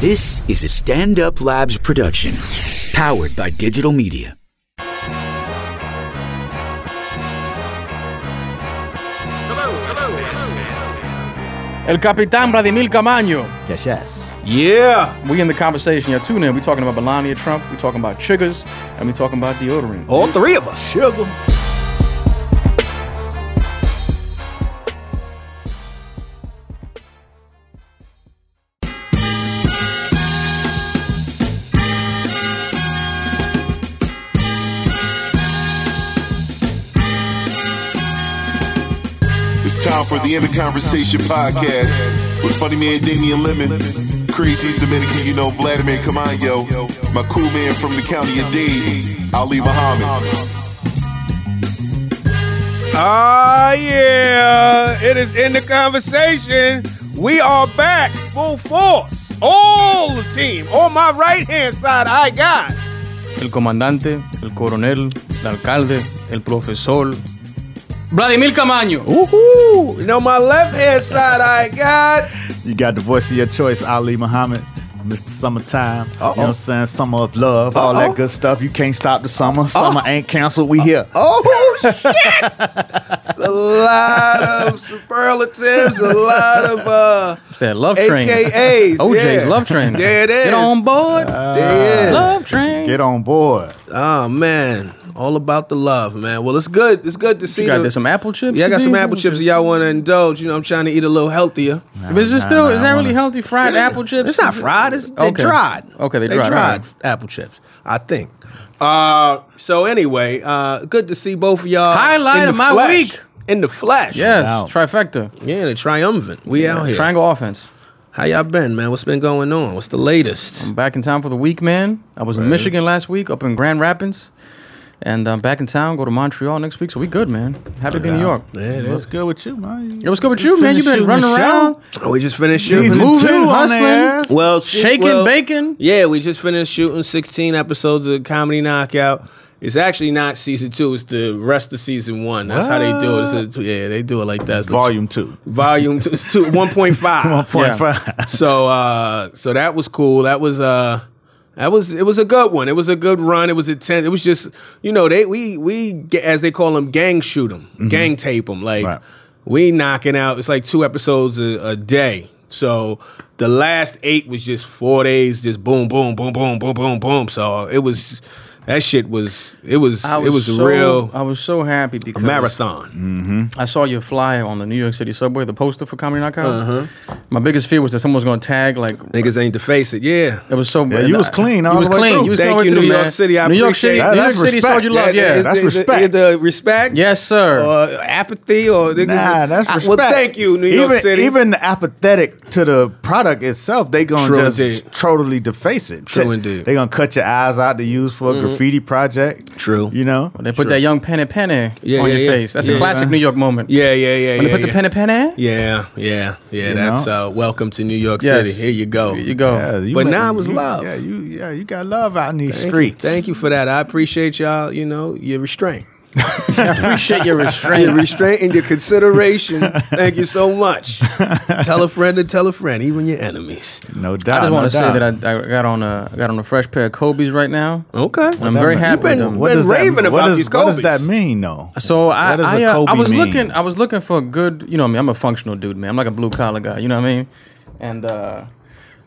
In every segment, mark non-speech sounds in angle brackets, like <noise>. This is a Stand Up Labs production, powered by digital media. El Capitán Vladimir Camaño. Yes, yes. Yeah. We in the conversation. Yeah, tune in. We talking about Melania Trump. We talking about sugars, and we talking about deodorant. All three of us. Sugar. It's time for the End of Conversation podcast with funny man Damian Lemon, Crazy's Dominican, you know, Vladimir Camayo, my cool man from the county of Dade, Ali Muhammad. Ah, yeah. It is in the conversation. We are back full force. All the team. On my right hand side, I got. El comandante, el coronel, el alcalde, el profesor. Vladimir Camaño. Woohoo. And on my left hand side, I got. You got the voice of your choice, Ali Muhammad. Mr. Summertime, you know what I'm saying? Summer of love, all Uh-oh. that good stuff. You can't stop the summer. Summer ain't canceled. We here. <laughs> Oh, shit. It's a lot of superlatives, a lot of. uh It's that love train. <laughs> AKAs, OJ's yeah. love train. There it is. Uh, Get on board. There is. love train. Get on board. Oh man, all about the love, man. Well, it's good. It's good to see You got the- this, some apple chips? Yeah, I you got some did? apple chips. If y'all want to indulge, you know, I'm trying to eat a little healthier. But is this Nah, still nah, is I that really wanna- healthy? Fried apple chips? It's not fried. It's they Okay. dried. Okay, they they dried, dried, alright. apple chips. I think. Uh, so anyway, uh, good to see both of y'all. Highlight in the of my flesh. week. in the flesh. Yes, Wow. trifecta. yeah, the triumphant. We out here. Triangle offense. How y'all been, man? What's been going on? What's the latest? Back in town for the week, man. I was in Michigan last week, up in Grand Rapids, and um, back in town. Go to Montreal next week, so we good, man. Happy to be in New York. Yeah, it is. What's good with you, man? Yo, what's good with you, man? You've been Finna running shooting the around, Oh, we just finished show. shooting. Season moving, two, hustling. hustling. Well, Well, shit, shaking, well, baking. Yeah, we just finished shooting 16 episodes of Comedy Knockout. It's actually not season two; it's the rest of season one. That's how they do it. It's a two- yeah, they do it like that. It's volume <laughs> two. volume two, it's two <laughs> 1.5. Point five. so, uh, so that was cool. That was uh, that was it was a good one. It was a good run. It was intense. It was just you know they we we ga- as they call them gang shoot them, gang tape them. Like Mm-hmm. Right. we knocking out. It's like two episodes a, a day. So the last eight was just four days, just boom, boom, boom, boom, boom, boom, boom. So it was that shit was it was, I it was a so, real I was so happy because marathon. I saw your flyer on the New York City subway, the poster for Comedy Knockout. Uh-huh. My biggest fear was that someone was going to tag like. Niggas ain't to face it. Yeah, It was so. you was clean all you was the way clean. through. You was Thank going you, through, New man. York City. I New York appreciate City. that. New York That's City showed you respect. love. Yeah. that- that's either- respect. Either respect, Yes, sir. or apathy, or niggas- <laughs> Nah, that's I- respect. well, thank you, New York even, City. Even apathetic to the product itself, they gonna True just indeed. totally deface it. True indeed. They gonna cut your eyes out to use for a graffiti project. True. You know. they put that young penny penny Yeah, on yeah, your yeah. face. That's a Yeah. Uh-huh. classic New York moment. yeah, yeah, When yeah, yeah, they put yeah. the penny penny. yeah, yeah, yeah. that's know? uh, welcome to New York Yes. City. Here you go. Here you go. Yeah, you But let- now it was you- love. Yeah, you yeah, you got love out in these Thank you- streets. Thank you for that. I appreciate y'all. You know your restraint, Appreciate <laughs> your your restraint. restraint and your consideration. Thank you so much. tell a friend to tell a friend, even your enemies. No doubt. I just want no to say doubt. that I, I got on a I got on a fresh pair of Kobe's right now. Okay, And I'm very mean? happy with been- them. what- been raving that, about what does- these What does Kobe's. that mean, though? So I What does I, a uh, I Kobe was mean? looking I was looking for a good you know me I'm a functional dude man I'm like a blue collar guy you know what I mean and uh,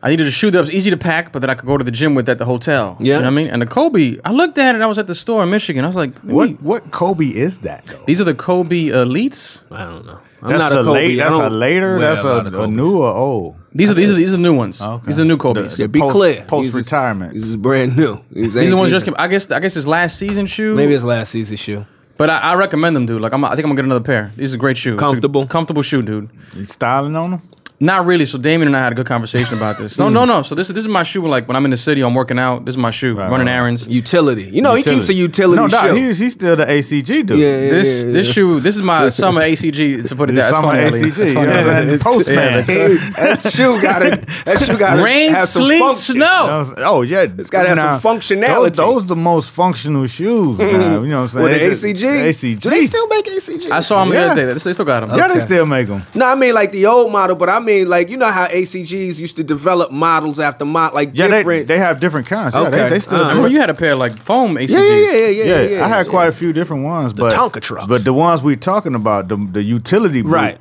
I needed a shoe that was easy to pack but that I could go to the gym with at the hotel you Yeah. know what I mean and the Kobe I looked at it I was at the store in Michigan I was like let me- What what Kobe is that though? these are the Kobe elites I don't know. I'm That's not a a Kobe. late. I That's a don't later. wear That's lot a, of a Kobe. new or old. these are these are these are new ones these are new Kobe's Yeah, be Post- clear. post-retirement. This is brand new. these are the ones just came I guess I guess it's last season shoe Maybe it's last season shoe. but I, I recommend them dude like I'm I think I'm gonna get another pair these are great shoe It's a Comfortable? comfortable shoe dude You styling on them? Not really. So Damien and I had a good conversation about this. No, no, no. So this is this is my shoe. Like when I'm in the city, I'm working out. This is my shoe. running right. errands. Utility. You know, Oh, he keeps a utility No, shoe. no, he's he's still the ACG dude. Yeah, yeah, This yeah, this shoe. This is my summer ACG. To put it He's that. summer That's funny, ACG. Ellie. you know what I'm That's saying? Yeah, Postman. yeah. <laughs> that shoe got it. That shoe got funny. Rain, sleet, snow. Those- Oh yeah, it's gotta have some functionality. Those, those the most functional <laughs> shoes. now, you know what I'm saying? With the It's- ACG, ACG. Do they still make ACG. I saw him Yeah. the other day. They still got him. yeah, they Okay. still make them. No, I mean like the old model, but I mean, like you know how ACGs used to develop models after mod, like Yeah, they, different. they have different kinds. Yeah, they, Okay. they still. Uh, I do remember it. you had a pair of like foam ACGs. yeah, yeah, yeah, yeah, yeah, yeah, yeah. I had yeah. quite a few different ones, but Tonka trucks. But the ones we talking about, the the utility, boot, Right.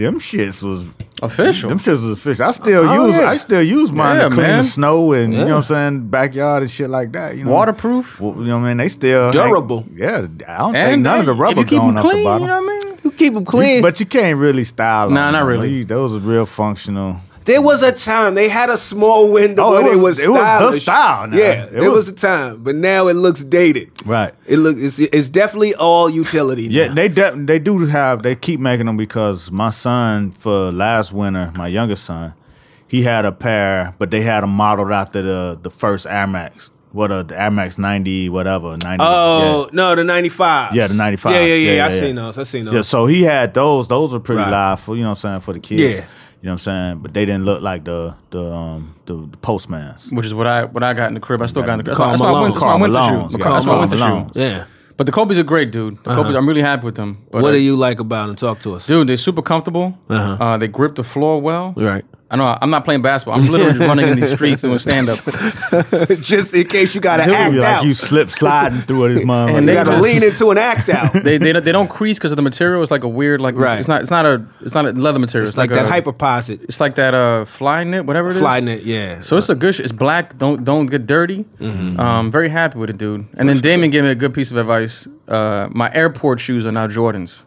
Them shits was Official. Them shits was official. I still Oh, use yeah. I still use mine Yeah, to clean man. the snow and you know what I'm saying, backyard and shit like that. You know, Waterproof. Well, you know what I mean? They still hang- Durable. yeah, I don't and think none of the if rubber you keep going them off the clean, bottom. you know what I mean? You keep them You- clean. but you can't really style. Nah, them, not though. really. You- Those are real functional. There was a time they had a small window Oh, it where they was- was it was the stylish. style now. Yeah, It there was, was- a time, but now it looks dated. Right. It looks it's, it's definitely all utility. Yeah, now. they de- they do have they keep making them because my son for last winter, my youngest son, he had a pair, but they had them modeled after the the first Air Max, what uh, the Air Max ninety whatever ninety. Oh no, the ninety five. yeah. yeah, the ninety five. Yeah, yeah, yeah. I seen those. I seen Yeah, those. so he had those. Those are pretty Right. live for you know what I'm saying for the kids. Yeah. You know what I'm saying, but they didn't look like the the um the, the postman's. Which is what I what I got in the crib. I still got in the crib. Karl That's why I Malone. went. That's why I went to Karl shoe. Malone's, yeah. That's why I went to Karl Malone's. shoe. Yeah. But the Kobe's are great, dude. The Kobe's, I'm really happy with them. But Uh-huh. What uh, do you like about them? Talk to us. dude? They're super comfortable. Uh-huh. Uh, they grip the floor well. Right. I know. I'm not playing basketball. I'm literally just running in these streets doing stand up. <laughs> Just in case you got to Dude, act like out. you slip sliding through <laughs> it, his mom. And you they got to just- lean into an act out. They, they don't- they don't crease because of the material. It's like a weird like Right. it's not it's not a it's not a leather material. It's like that a, hyperposit It's like that uh fly knit whatever it is. fly net. Yeah. So it's a good. Sh- it's black. Don't don't get dirty. Mm-hmm. Um, very happy with it, dude. And then Damon gave me a good piece of advice. Uh, my airport shoes are now Jordans.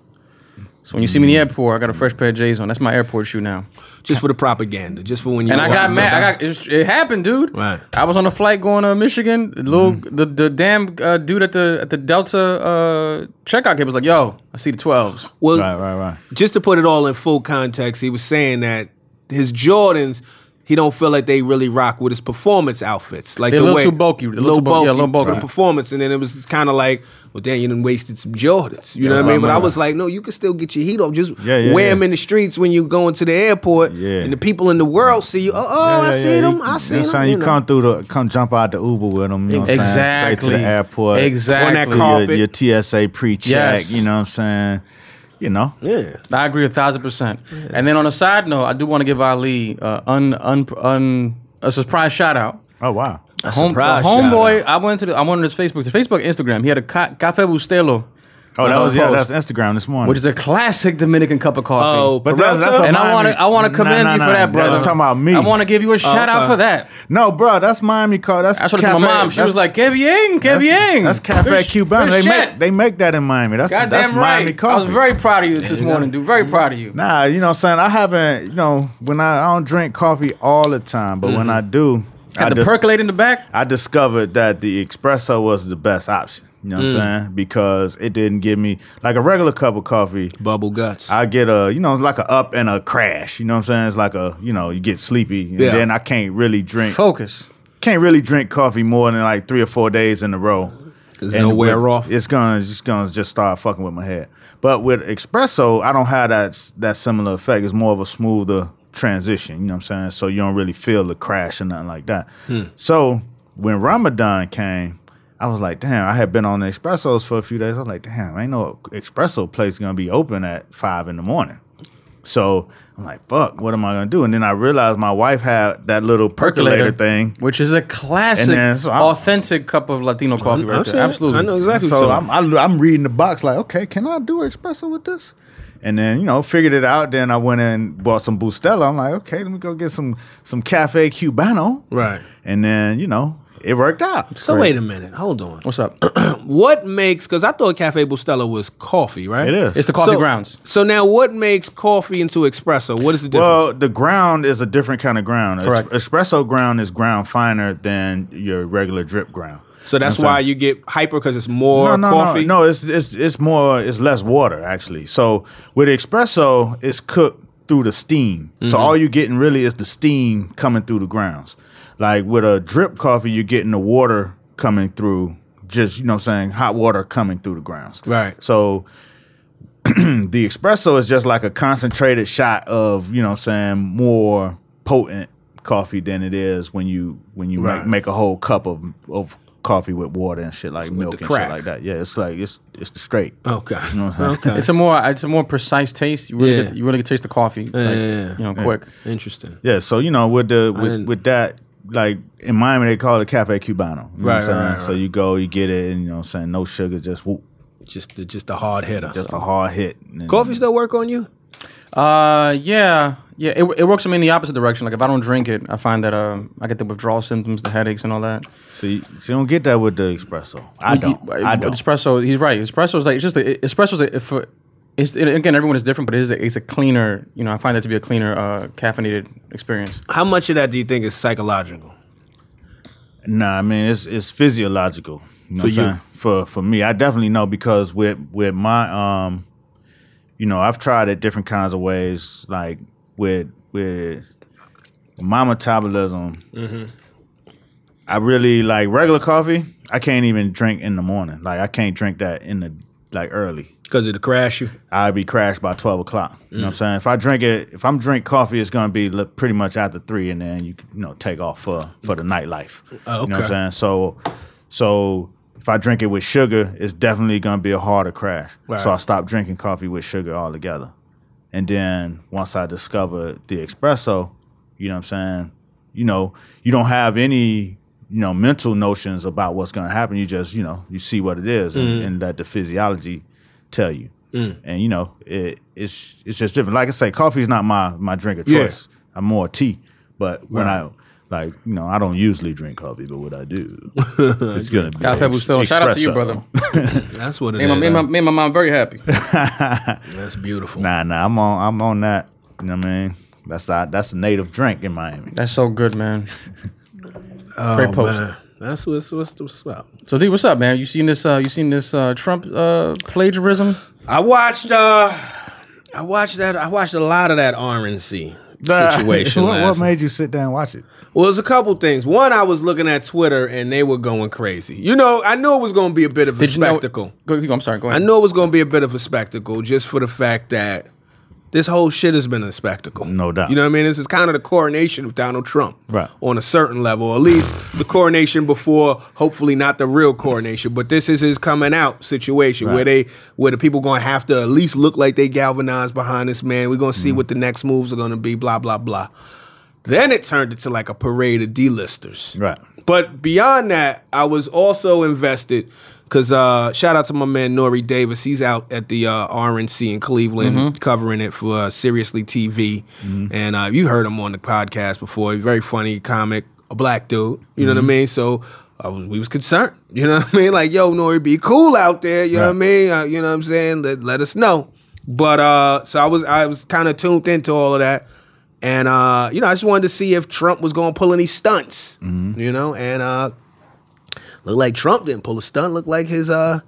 So when you see me in Mm. the airport, I got a fresh pair of J's on. That's my airport shoe now. just for the propaganda, just for when you. And I walk got the- mad. I got it, it happened, dude. Right. Mm-hmm. I was on a flight going to Michigan. The Little the, the damn uh, dude at the at the Delta uh, checkout gate was like, "Yo, I see the 12s. Well, right, right, right. just to put it all in full context, he was saying that his Jordans, he don't feel like they really rock with his performance outfits. Like They're a the little way, too bulky, a little, little too bu- bulky, yeah, a little bulky. for the performance. And then it was kind of like, well, damn, you done wasted some Jordans. You know what I mean? But I was like, no, you can still get your heat off. Just Yeah, yeah, wear yeah. them in the streets when you go into the airport, Yeah. and the people in the world see you. Oh, oh Yeah, I yeah, see yeah. them. You- I see you know what them. I'm saying? you You know. come through the, come jump out the Uber with them. You know what I'm saying? Exactly. Straight to the airport. Exactly. On that Do carpet. Your, your TSA pre-check. Yes. You know what I'm saying? You know. yeah. I agree a thousand percent. And then on a side note, I do want to give Ali uh, un, un, un, a surprise shout out. Oh wow. Home, surprise the homeboy, shout-out. I went to the, I went on his Facebook, his Facebook, Instagram. He had a ca- Cafe Bustelo, Oh, that Uh, was yeah. That's post. Instagram this morning. which is a classic Dominican cup of coffee. Oh, But that's- Peralta? that's a- and I want Miami- to I want to Nah, commend nah, you nah, for that, that's- brother. I'm talking about me. I want to give you a shout out okay. for that. no, bro. That's Miami car. That's I showed it to my Cafe- mom. She that's- was like, "Que bien, que that's- bien." That's Cafe Good sh- Cubano. good They shit. make they make that in Miami. That's that's Goddamn Miami right. I coffee. was very proud of you this morning, dude. Very proud of you. Nah, you know what I'm saying? I haven't, you know, when I, I don't drink coffee all the time, but when I do, I Mm-hmm. Had the just- percolate in the back. I discovered that the espresso was the best option. You know what I'm saying? Because it didn't give me like a regular cup of coffee. Bubble guts. I get a, you know, like a up and a crash. You know what I'm saying? It's like a, you know, you get sleepy, and Yeah. then I can't really drink, Focus. can't really drink coffee more than like three or four days in a row. There's And no wear with- off. It's gonna, it's gonna just start fucking with my head. But with espresso, I don't have that that similar effect. It's more of a smoother transition. You know what I'm saying? So you don't really feel the crash or nothing like that. Hmm. So when Ramadan came, I was like, damn. I had been on the espressos for a few days. I was like, damn, ain't no espresso place gonna be open at five in the morning. So I'm like, fuck, what am I gonna do? And then I realized my wife had that little percolator thing. which is a classic, And then, so I'm- authentic cup of Latino coffee, right there. Absolutely. I know exactly. So So I'm I, I'm reading the box like, okay, can I do espresso with this? And then you know, figured it out. Then I went and bought some Bustelo. I'm like, okay, let me go get some some Cafe Cubano. right. And then you know, it worked out. So wait a minute. Hold on. What's <coughs> up? What makes? Because I thought Cafe Bustelo was coffee, right? It is. It's the coffee so, grounds. So now, what makes coffee into espresso? What is the difference? well, the ground is a different kind of ground. Ex- Correct. espresso ground is ground finer than your regular drip ground. so that's I'm sorry. why you get hyper because it's more no, no, coffee. No, no, it's it's it's more it's less water actually. So with espresso, it's cooked through the steam. Mm-hmm. So all you're getting really is the steam coming through the grounds. Like with a drip coffee, you're getting the water coming through, just you know what I'm saying, hot water coming through the grounds. Right. So <clears throat> the espresso is just like a concentrated shot of, you know what I'm saying, more potent coffee than it is when you when you Right. make, make a whole cup of of coffee with water and shit like milk the and crack. shit like that. Yeah, it's like it's it's the straight. Okay. Okay. It's a more it's a more precise taste. You really Yeah. get, you really get to taste the coffee, like, yeah, you know, quick. Interesting. Yeah, so you know with the with, didn't- with that like in Miami they call it cafe cubano. You know what I'm Right, right, saying? right, So you go, you get it, and you know what I'm saying no sugar, just whoop, Just the just the hard hitter. just a hard hit. And- Coffee still work on you? Uh, yeah, yeah. It, it works for me in the opposite direction. Like if I don't drink it, I find that uh, I get the withdrawal symptoms, the headaches, and all that. See, so you don't get that with the espresso. I don't. Like, I don't. Espresso. He's right. Espresso is like it's just a, it- espresso's a, if. uh, It's, it, again, everyone is different, but it is a, it's a cleaner. You know, I find that to be a cleaner, uh, caffeinated experience. How much of that do you think is psychological? Nah, I mean it's it's physiological. You know for you. for for me, I definitely know because with with my um, you know, I've tried it different kinds of ways. Like with with my metabolism, I really like regular coffee. I can't even drink in the morning. Like I can't drink that in the like early. Because of the crash you? I'd be crashed by twelve o'clock. You know Mm. what I'm saying? If I drink it, if I'm drink coffee, it's gonna be li- pretty much after three, and then you can, you know take off for for the nightlife. Oh, You know what I'm okay. saying? So, so if I drink it with sugar, it's definitely gonna be a harder crash. Right. So I stopped drinking coffee with sugar altogether, and then once I discovered the espresso, you know what I'm saying? You know, you don't have any you know mental notions about what's gonna happen. You just you know you see what it is and, Mm. and let the physiology tell you. And you know it, it's it's just different. Like I say, coffee is not my my drink of Yeah. choice. I'm more tea. But when I like, you know, I don't usually drink coffee, but what I <laughs> do, it's gonna be Cafe Bustelo. Shout out to you, espresso. brother. That's what it Me and my, is. me and my, me and my mom very <laughs> happy. That's beautiful. Nah, nah, I'm on I'm on that. You know what I mean? That's the, that's the native drink in Miami. That's so good, man. Oh, Great post. Man, that's what's what's what's up. So D, what's up, man? You seen this? Uh, you seen this uh, Trump uh, plagiarism? I watched uh I watched that I watched a lot of that RNC <laughs> situation. what, what last made you sit down and watch it? Well, there's a couple things. One, I was looking at Twitter and they were going crazy. You know, I knew it was going to be a bit of a Did you know- spectacle. Go, I'm sorry. Go I ahead. knew it was going to be a bit of a spectacle just for the fact that this whole shit has been a spectacle. No doubt. You know what I mean? This is kind of the coronation of Donald Trump. Right. On a certain level, at least the coronation before, hopefully not the real coronation, but this is his coming out situation where Right. they where the people going to have to at least look like they galvanized behind this man. We're going to see Mm-hmm. what the next moves are going to be, blah, blah, blah. Then it turned into like a parade of D-listers. Right. But beyond that, I was also invested because uh, shout out to my man Nori Davis. He's out at the uh, RNC in Cleveland covering it for uh, Seriously TV, and uh, you heard him on the podcast before. He's a very funny comic, a black dude. You know what I mean? So. I was, we was concerned, you know what I mean? Like, yo, Nori, be cool out there, you know what I mean? Right. Uh, you know what I'm saying? Let, let us know. But uh, so I was, I was kind of tuned into all of that. And uh, you know, I just wanted to see if Trump was going to pull any stunts. You know, and uh, looked like Trump didn't pull a stunt. Looked like his uh,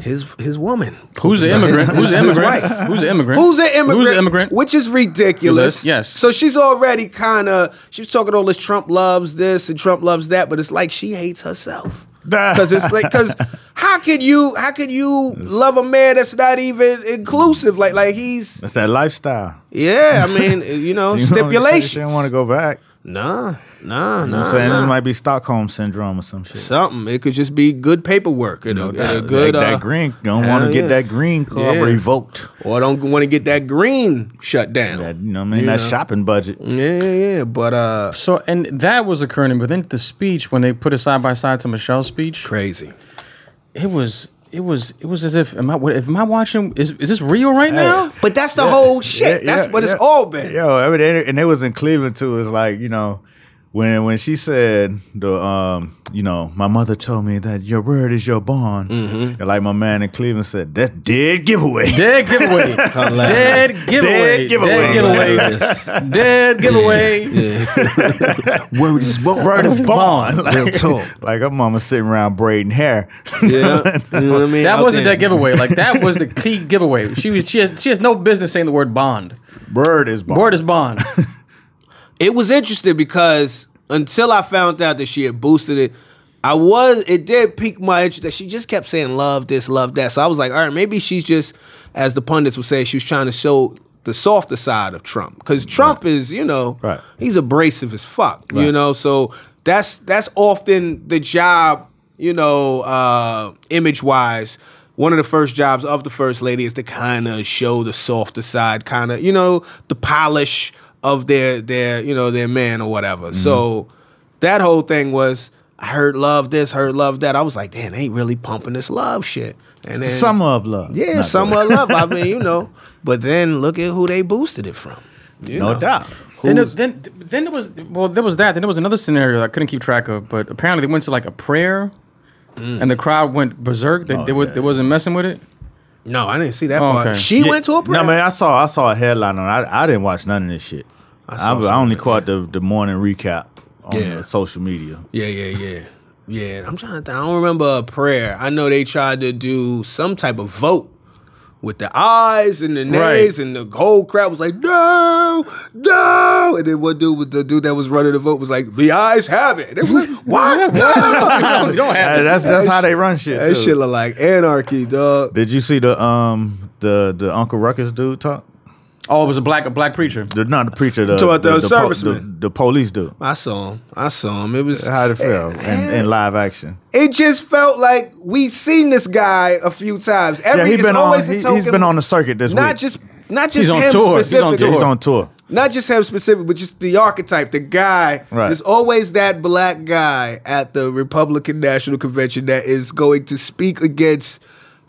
his his woman. pulled Who's the a stunt. immigrant? Who's the His immigrant? wife. Who's the immigrant? Who's an immigrant? Who's the immigrant? Which is ridiculous. Yes, yes. So she's already kind of she's talking all this Trump loves this and Trump loves that, but it's like she hates herself. Because it's like, because how can you how can you love a man that's not even inclusive? Like like he's That's that lifestyle. yeah. I mean you know You know, stipulations. You don't want to go back. Nah, nah, You know what nah. I'm saying? nah. It might be Stockholm syndrome or some shit. Something. It could just be good paperwork and, a, and a good. that, uh, that green. You don't hell want to yeah. get that green card Yeah. revoked. Or don't want to get that green shut down. That, you know what I mean? that shopping budget. yeah, yeah, yeah. But uh, So and that was occurring, but then the speech when they put it side by side to Michelle's speech, crazy. it was it was it was as if am I what, am I watching? Is is this real right now? But that's the whole shit. Yeah, that's yeah, what yeah. it's all been. Yo, I mean, and and it was in Cleveland too. It's like you know, when when she said the um, you know, my mother told me that your word is your bond. Mm-hmm. And like my man in Cleveland said, that's dead giveaway. Dead giveaway. Dead giveaway. Dead giveaway. Dead giveaway. Dead giveaway. Word <laughs> is born. <laughs> Word is bond. Like, Real talk. <laughs> like her mama sitting around braiding hair. <laughs> Yeah, you know what I mean. That Out wasn't there. that giveaway. Like that was the key giveaway. She was she has she has no business saying the word bond. Word is bond. Word is bond. It was interesting because until I found out that she had boosted it, I was it did pique my interest that she just kept saying love this, love that. So I was like, all right, maybe she's just, as the pundits would say, she was trying to show the softer side of Trump because Trump is, you know, Right. he's abrasive as fuck, you Right. know. So that's that's often the job you know, uh, image wise, one of the first jobs of the first lady is to kind of show the softer side, kind of, you know, the polish of their their you know their man or whatever. Mm-hmm. So that whole thing was. I heard love this, heard love that. I was like, damn, they ain't really pumping this love shit. And The summer of love. yeah, Not summer of love. <laughs> I mean, you know. But then look at who they boosted it from. You No know. doubt. Then, there, Who's- then, then there was well, there was that. Then there was another scenario I couldn't keep track of, but apparently they went to like a prayer, Mm. and the crowd went berserk. They, Oh, they, wa- yeah. they wasn't messing with it. No, I didn't see that Oh, part. okay. She went to a prayer. No, man, I saw I saw a headline on. it. I I didn't watch none of this shit. I, saw was- I some only of it, caught the the morning recap on Yeah. uh, social media. yeah, yeah, yeah, yeah. I'm trying to. Think. I don't remember a prayer. I know they tried to do some type of vote with the eyes and the Right. nays, and the whole crowd was like, "No, no!" And then one dude, was the dude that was running the vote, was like, "The eyes have it." They were <laughs> like, "What? No!" <laughs> You don't have Hey, that's that's how they run shit. that too. shit look like anarchy, dog. Did you see the um the the Uncle Ruckus dude talk? Oh, it was a black a black preacher. The, not the preacher. The, Talking about the po- serviceman. the, the police dude. I saw him. I saw him. It was How it feel Eh, in, in live action? It just felt like we seen this guy a few times. Every, Yeah, he it's been on. always the He, token- has been on the circuit this not week. just not just He's on him tour. He's on specifically. yeah, he's on tour. Not just him specific, but just the archetype, the guy. Right. There's always that black guy at the Republican National Convention that is going to speak against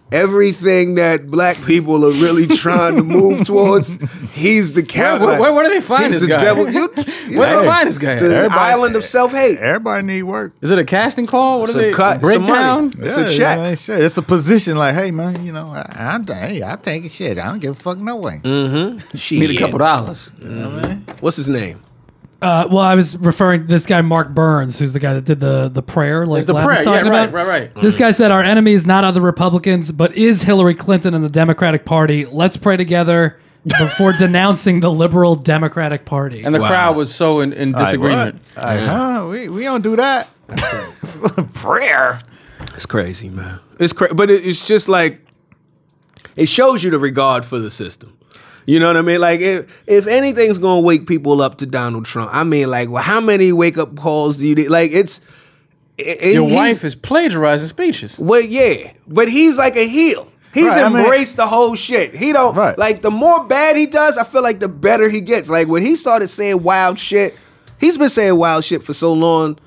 everything that black people are <laughs> really trying to move towards. He's the Where, cat. where, where, where do they find He's this the guy? devil. You- you <laughs> where do know, they find this guy? at? The Everybody- island of self hate. Everybody need work. Is it a casting call? What It's is a it? cut. It's a money. Breakdown. It's a check. man, shit. It's a position. Like, hey, man, you know, I, I, hey, I take a shit. I don't give a fuck no way. Need a couple dollars. What's his name? Uh, well, I was referring to this guy Mark Burns, who's the guy that did the the prayer, like The Lab prayer. was Yeah, talking right, about. right, right. This guy said, "Our enemy is not other Republicans, but is Hillary Clinton and the Democratic Party. Let's pray together before <laughs> denouncing the liberal Democratic Party." And the Wow. crowd was so in, in disagreement. Like, what? Like, huh? We we don't <laughs> do that. Prayer. It's crazy, man. It's crazy, but it, it's just like it shows you the regard for the system. You know what I mean? Like if if anything's gonna wake people up to Donald Trump, I mean, like, well, how many wake up calls do you need? Like it's it- it- Your he's- wife is plagiarizing speeches. well, yeah, but he's like a heel. He's Right, I mean- embraced the whole shit. He don't Right. like the more bad he does, I feel like the better he gets. Like when he started saying wild shit, he's been saying wild shit for so long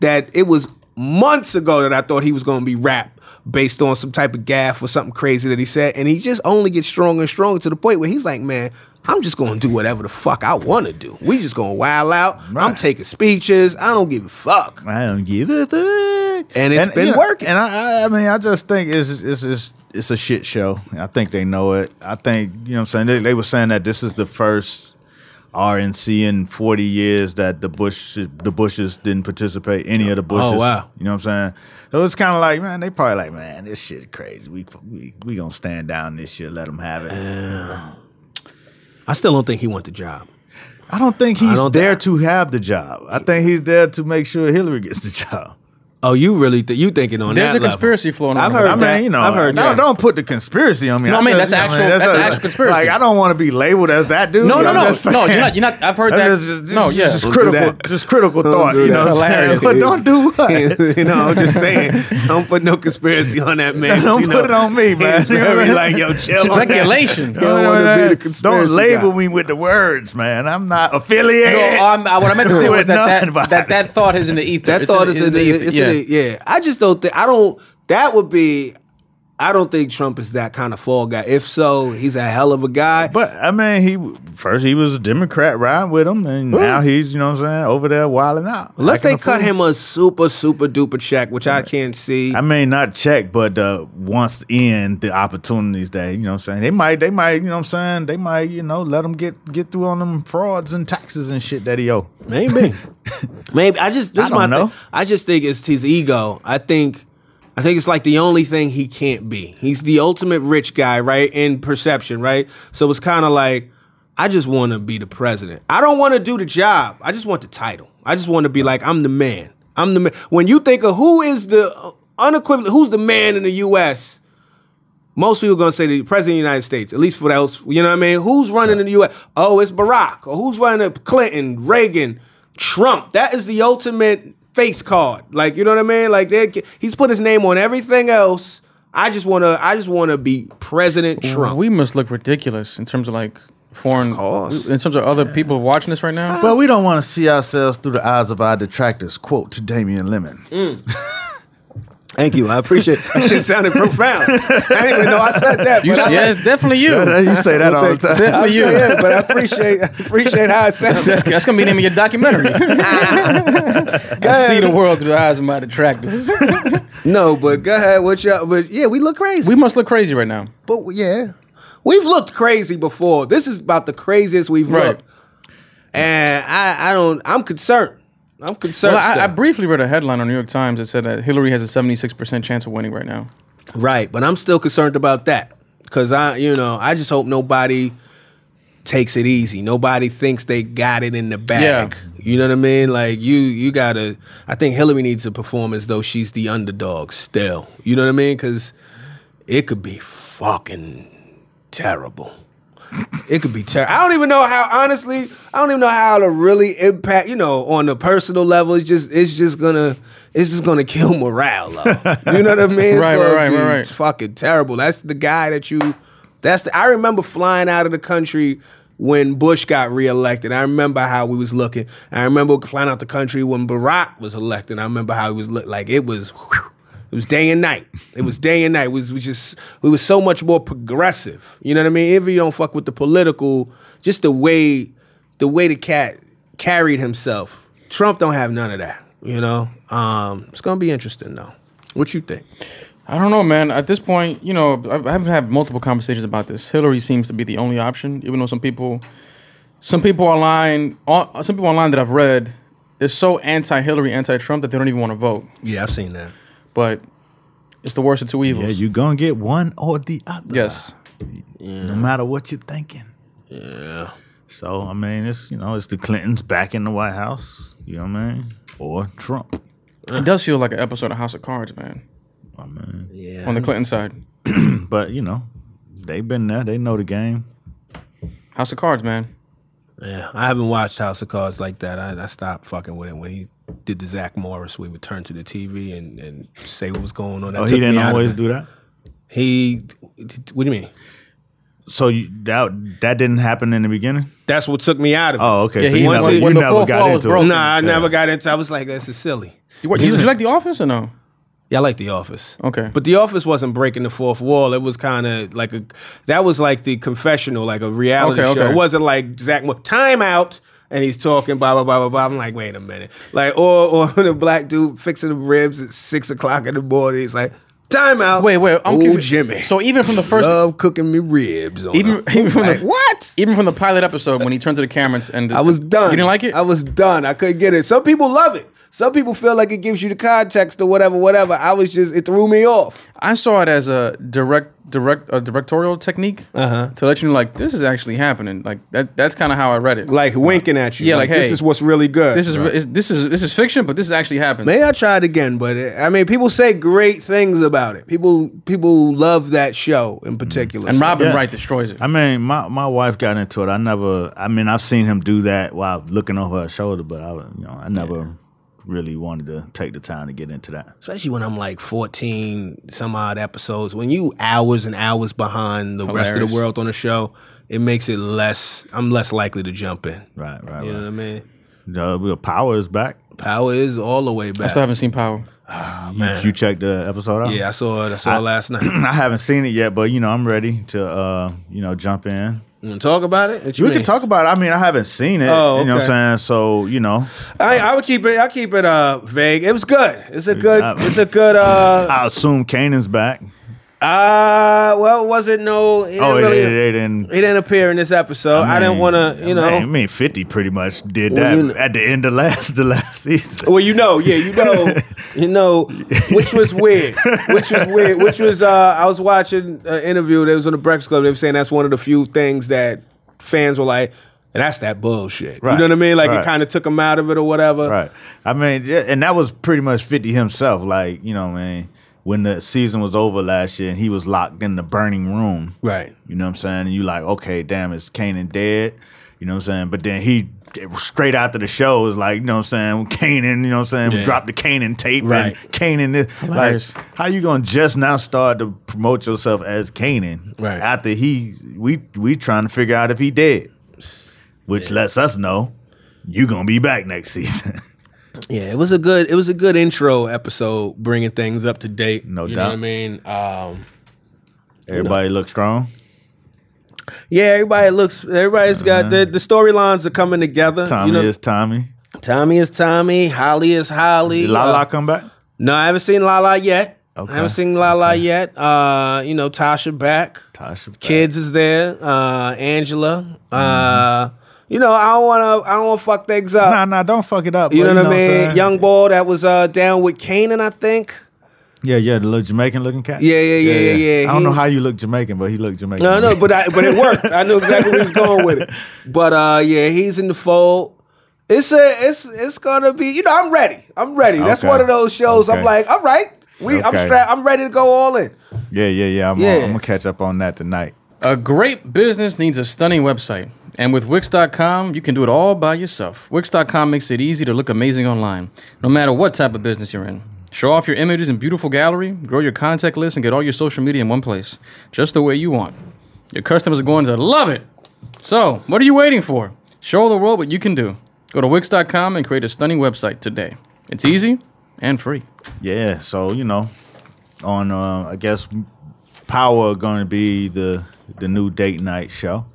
that it was months ago that I thought he was gonna be rap based on some type of gaff or something crazy that he said. And he just only gets stronger and stronger to the point where he's like, man. I'm just gonna do whatever the fuck I wanna do. We just gonna wild out. I'm Right. taking speeches. I don't give a fuck. I don't give a fuck. And it's it's been working. And I, I, I mean, I just think it's it's it's it's a shit show. I think they know it. I think you know what I'm saying. They, they were saying that this is the first RNC in 40 years that the Bush the Bushes didn't participate. Any of the Bushes. Oh, wow. You know what I'm saying? So it's kind of like, man, they probably like, man, this shit crazy. We we we gonna stand down this shit. Let them have it. Uh, I still don't think he want the job. I don't think he's don't thi- there to have the job. I think he's there to make sure Hillary gets the <laughs> job. Oh, you really think you thinking on There's that? a <laughs> conspiracy flowing I've on. heard I that. mean, you know, I've heard no, that. don't put the conspiracy on me. No, I mean, that's just- actual- that's a- actual conspiracy. Like, I don't want to be labeled as that dude. No, no, I'm no. just No, saying. you're not- you're not- <laughs> I've heard That's that. No, yeah. just Don't do critical, that. just critical Don't thought. do you that. know, what I'm saying? Hilarious. but don't <laughs> do what. you know, I'm just saying, don't put no conspiracy on that man. 'cause Don't you put know, it <laughs> on me, man. He's very like, <laughs> yo, chill. on that. Speculation. <laughs> You don't want to be the conspiracy. Don't label guy. me with the words, man. I'm not No, affiliated. um, I- what I meant to say was with that that, nobody. that that thought is in the ether. That It's thought is in the, ether, it's yeah. In the, yeah. I just don't think I don't. That would be. I don't think Trump is that kind of fall guy. If so, he's a hell of a guy. But I mean, he first he was a Democrat riding with him, and now he's you know what I'm saying over there wilding out. Unless acting they a cut fool. him a super super duper check, which I can't see. I mean, not check, but uh, once in the opportunities that you know, what I'm saying they might, they might, you know, what I'm saying they might, you know, let him get get through on them frauds and taxes and shit that he owe. Maybe. <laughs> Maybe I just this I is don't my know. thing. I just think it's his ego. I think I think it's like the only thing he can't be. He's the ultimate rich guy, right? In perception, right? So it's kind of like I just want to be the president. I don't want to do the job. I just want the title. I just want to be like I'm the man. I'm the man. When you think of who is the unequivocal who's the man in the US? Most people gonna say the president of the United States, at least for those, you know what I mean? Who's running in the US? Oh, it's Barack, or who's running Clinton, Reagan, Trump. That is the ultimate face card. Like you know what I mean? Like they, he's put his name on everything else. I just wanna, I just wanna be President Trump. We must look ridiculous in terms of like foreign, course. in terms of other people watching this right now. But we don't want to see ourselves through the eyes of our detractors. Quote to Damian Lemon. Thank you, I appreciate. <laughs> that shit sounded profound. I didn't even know I said that. you, but I- yeah, it's definitely you. That's, <laughs> you say that all the thank- time. for I'm you. saying, <laughs> yeah, but I appreciate, I appreciate <laughs> how it sounds. that's, that's gonna be the name of your documentary. I see the world through the eyes of my detractors. No, but go ahead. What y'all? But yeah, we look crazy. We must look crazy right now. But yeah, we've looked crazy before. This is about the craziest we've Right. looked. And I, I don't. I'm concerned. I'm concerned. Well, I, I still. briefly read a headline on New York Times that said that Hillary has a 76% chance of winning right now. right, but I'm still concerned about that because I, you know, I just hope nobody takes it easy. Nobody thinks they got it in the bag. You know what I mean? Like you, you gotta. I think Hillary needs to perform as though she's the underdog still. You know what I mean? Because it could be fucking terrible. It could be terrible. I don't even know how. Honestly, I don't even know how to really impact. You know, on the personal level, it's just it's just gonna it's just gonna kill morale. though. You know what I mean? <laughs> It's Right, right, gonna right, be right, right. Fucking terrible. That's the guy that you. That's the. I remember flying out of the country when Bush got reelected. I remember how we was looking. I remember flying out the country when Barack was elected. I remember how he was look like it was. whew, it was day and night. It was day and night. It was we just we was so much more progressive. You know what I mean? If you don't fuck with the political, just the way the way the cat carried himself. Trump don't have none of that. You know, um, it's gonna be interesting though. What you think? I don't know, man. At this point, you know, I- I've had multiple conversations about this. Hillary seems to be the only option, even though some people, some people online, on- some people online that I've read, they're so anti-Hillary, anti-Trump that they don't even want to vote. Yeah, I've seen that. But it's the worst of two evils. Yeah, you gonna get one or the other. yes. No matter what you're thinking. Yeah. So I mean, it's you know, it's the Clintons back in the White House. You know what I mean? Or Trump. It does feel like an episode of House of Cards, man, I mean, Yeah, on the Clinton side. but you know, they've been there. They know the game. House of Cards, man. yeah. I haven't watched House of Cards like that. I, I stopped fucking with it when he did the Zach Morris. We would turn to the TV and, and say what was going on. That Oh, took he me didn't out of always it. do that. He, what do you mean? So you, that that didn't happen in the beginning. That's what took me out of it. Oh, okay. Yeah, so he- you when- never, you when the never fourth got wall was into it. broken. Nah, I Yeah. never got into. I was like, this is silly. You, what, you, did you like The Office or no? Yeah, I like The Office. Okay. But The Office wasn't breaking the fourth wall. It was kind of like a that was like the confessional, like a reality Okay, show. okay. It wasn't like Zach Mo- time out and he's talking blah blah blah blah blah. I'm like, wait a minute. Like or or <laughs> the black dude fixing the ribs at six o'clock in the morning. He's like, time out. Wait, wait. I'm Old confused. Oh, Jimmy. So even from the first, love cooking me ribs. On Even- <laughs> a- even from the- like, what? even from the pilot episode when he turned to the camera and- and I was done. You didn't like it? I was done. I couldn't get it. Some people love it. Some people feel like it gives you the context or whatever, whatever. I was just it threw me off. I saw it as a direct, direct, a directorial technique Uh-huh. to let you know, like, this is actually happening. Like that. That's kind of how I read it. like winking at you. Yeah, like, like, this hey, is what's really good. this is, re- is this is this is fiction, but this is actually happening. Maybe I try it again, but it, I mean, people say great things about it. People people love that show in particular. Mm. And So- Robin Yeah. Wright destroys it. I mean, my, my wife got into it. I never. I mean, I've seen him do that while looking over her shoulder, but I, you know, I never really wanted to take the time to get into that. especially when I'm like 14 some odd episodes, when you hours and hours behind the rest of Hilarious. the world on a show, it makes it less. I'm less likely to jump in. Right, right, You know what I right. mean? Uh, well, power is back. Power is all the way I back. still haven't seen Power. man. You checked the episode out. yeah, I saw it. I saw it last night. <clears throat> I haven't seen it yet, but you know, I'm ready to uh, you know, jump in. You wanna talk about it? What you we mean? can talk about it. I mean, I haven't seen it. Oh, You know what okay. I'm saying? So, you know, I, I would keep it. I keep it uh, vague. It was good. It's a good. not- It's a <laughs> good. Uh, I assume Kanan's back. Uh well, was it no? It Oh, didn't it, really, it, it didn't. it didn't appear in this episode. I, didn't mean, want to, you know. I mean, Fifty pretty much did Well, that you know- at the end of <laughs> last the last season. Well, you know, yeah, you <laughs> know, you know, which was weird, which was weird, which was. Uh, I was watching an interview that was on the Breakfast Club. They were saying that's one of the few things that fans were like, "That's that bullshit." You Right, know what I mean? Like right. it kind of took them out of it or whatever. Right. I mean, yeah, and that was pretty much 50 himself. Like, you know, man, when the season was over last year and he was locked in the burning room. Right. You know what I'm saying? And you like, okay, damn, is Kanan dead? You know what I'm saying? But then he straight after the show is like, you know what I'm saying, <laughs> Kanan, you know what I'm saying, Yeah. drop the Kanan tape Right. and Kanan this. Hilarious. Like, how you gonna just now start to promote yourself as Kanan Right. after he we we trying to figure out if he dead, which lets us know you gonna be back next season. <laughs> Yeah, it was a good it was a good intro episode, bringing things up to date. No you doubt. Know what I mean, um, Everybody look strong. yeah, everybody looks. Everybody's got the the storylines are coming together. Uh-huh. Tommy you know, is Tommy. Tommy is Tommy. Holly is Holly. Did La uh, La come back? No, I haven't seen Lala yet. Okay. I haven't seen Lala yet. Uh, you know, Tasha back. Tasha back. Kids is there. Uh, Angela. Uh, you know, I don't wanna I don't wanna fuck things up. Mm-hmm. Nah, nah, don't fuck it up. you bro, know what I I'm mean? saying? Young boy that was uh, down with Kanan, I think. Yeah, yeah, the little Jamaican looking cat. Yeah, yeah, yeah, yeah, yeah. I don't know He- how you look Jamaican, but he looked Jamaican. No, to no, me. but I but it worked. I knew exactly where he was going with <laughs> it. But uh, yeah, he's in the fold. It's a it's it's gonna be. You know, I'm ready. I'm ready. That's Okay. one of those shows. I'm Okay. like, all right, we. I'm Okay. strapped. I'm ready to go all in. yeah, yeah, yeah. I'm, uh, Yeah. I'm gonna catch up on that tonight. A great business needs a stunning website. And with Wix.com, you can do it all by yourself. Wix.com makes it easy to look amazing online, no matter what type of business you're in. Show off your images in beautiful gallery, grow your contact list, and get all your social media in one place, just the way you want. Your customers are going to love it. So, what are you waiting for? Show the world what you can do. Go to Wix.com and create a stunning website today. It's easy and free. Yeah, so you know, on uh, I guess Power going to be the the new date night show.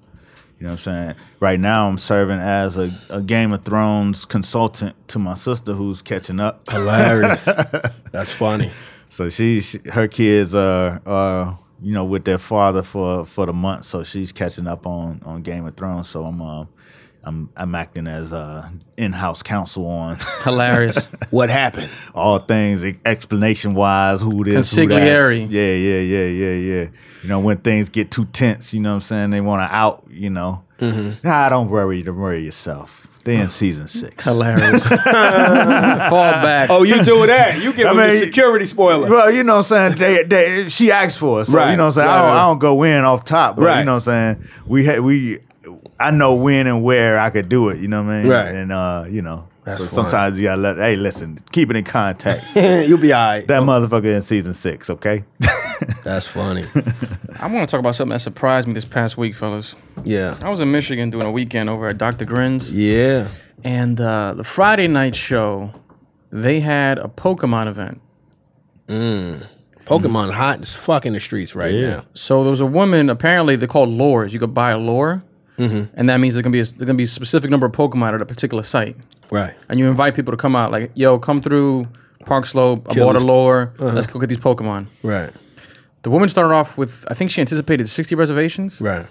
You know what I'm saying? Right now, I'm serving as a, a Game of Thrones consultant to my sister who's catching up. <laughs> Hilarious. That's funny. So she, she her kids are are you know with their father for for the month, so she's catching up on on Game of Thrones. So I'm uh, I'm I'm acting as uh in house counsel on Hilarious. What happened? all things explanation wise, who this, who that. Consigliere. Yeah, yeah, yeah, yeah, yeah. You know when things get too tense, you know what I'm saying they want to out. You know, nah, don't worry, don't worry yourself. They in season six. Hilarious. <laughs> Fall back. Oh, you <laughs> do that? You give I him mean, the security spoiler. Well, you know what I'm saying. They, they, she asked for it, so Right, you know what I'm saying. right, I, don't, right. I don't go in off top, but Right. you know what I'm saying. We had we, I know when and where I could do it. You know what I mean. Right. And uh, you know, so fine. sometimes you gotta let. Hey, listen, keep it <laughs> in context. <laughs> that You'll be all right. motherfucker in season six, okay? That's <laughs> funny. I want to talk about something that surprised me this past week, fellas. Yeah. I was in Michigan doing a weekend over at Dr. Grin's, Yeah. and uh, the Friday night show, they had a Pokemon event. Pokemon hot as fuck in the streets right now. So there was a woman. Apparently, they're called lures. You could buy a lure, Mm-hmm. and that means there can be a, there can be a specific number of Pokemon at a particular site, Right. and you invite people to come out. Like, yo, come through Park Slope. I Kill Uh-huh. bought a these- lure. Let's go get these Pokemon. Right. The woman started off with I think she anticipated sixty reservations. Right.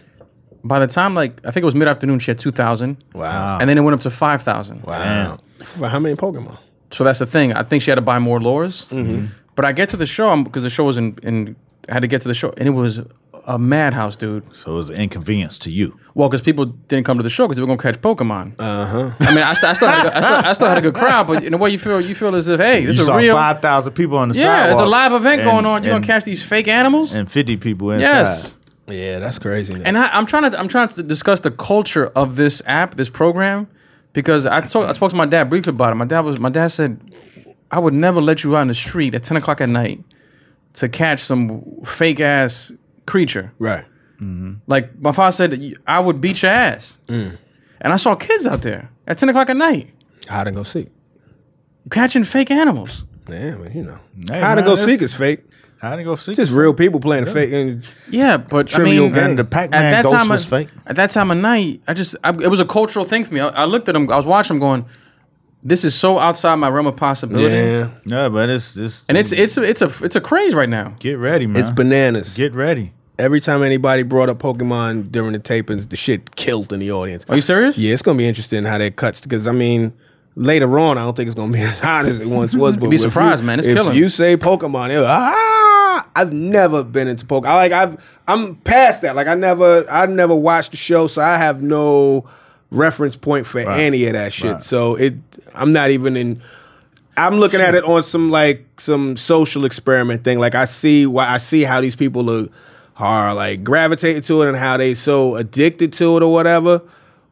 By the time like I think it was mid afternoon, she had two thousand, Ah, Wow. and then it went up to five thousand. Wow. For how many Pokemon? So that's the thing. I think she had to buy more lures. But I get to the show because the show was in, in. I had to get to the show, and it was a madhouse, dude. So it was an inconvenience to you. Well, because people didn't come to the show because they were gonna catch Pokemon. Uh huh. I mean, I, st- I, still had a, I, still, I still had a good crowd, but in a way, you feel you feel as if hey, this you is a saw real. five thousand people on the yeah, sidewalk. there's a live event and- going on. You're and- gonna catch these fake animals. and fifty people inside. yes. Yeah, that's crazy. And I, I'm trying to I'm trying to discuss the culture of this app, this program, because I talk, I spoke to my dad briefly about it. My dad was my dad said, I would never let you out in the street at 10 o'clock at night to catch some fake ass creature. right. Like my father said, I would beat your ass. And I saw kids out there at 10 o'clock at night Hide and go seek. catching fake animals. Yeah, but you know, hide Hey, man, and go that's- seek is fake. How they go see? Just real people playing fake. And Yeah, but I Trivial mean, game. and the Pac-Man ghost time was of, fake. At that time of night, I just I, it was a cultural thing for me. I, I looked at him, I was watching him, going, "This is so outside my realm of possibility." yeah, No, but it's it's And it's it's a, it's a it's a craze right now. get ready, man. it's bananas. get ready. Every time anybody brought up Pokemon during the tapings, the shit killed in the audience. Are you serious? Yeah, it's gonna be interesting how that cuts because I mean, later on, I don't think it's gonna be as hot as it once was. But be if you- surprised, man. It's if killing. You say Pokemon, it'll- ah! I've never been into Pokemon. I like I've I'm past that. Like I never I never watched the show, so I have no reference point for any of that shit. So it I'm not even in. I'm looking at it on some like some social experiment thing. Like I see why I see how these people are are like gravitating to it and how they so addicted to it or whatever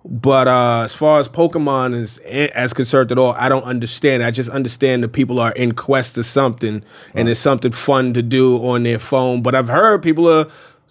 But uh, as far as Pokemon is eh, as concerned at all, I don't understand. I just understand that people are in quest of something, and it's something fun to do on their phone. But I've heard people are.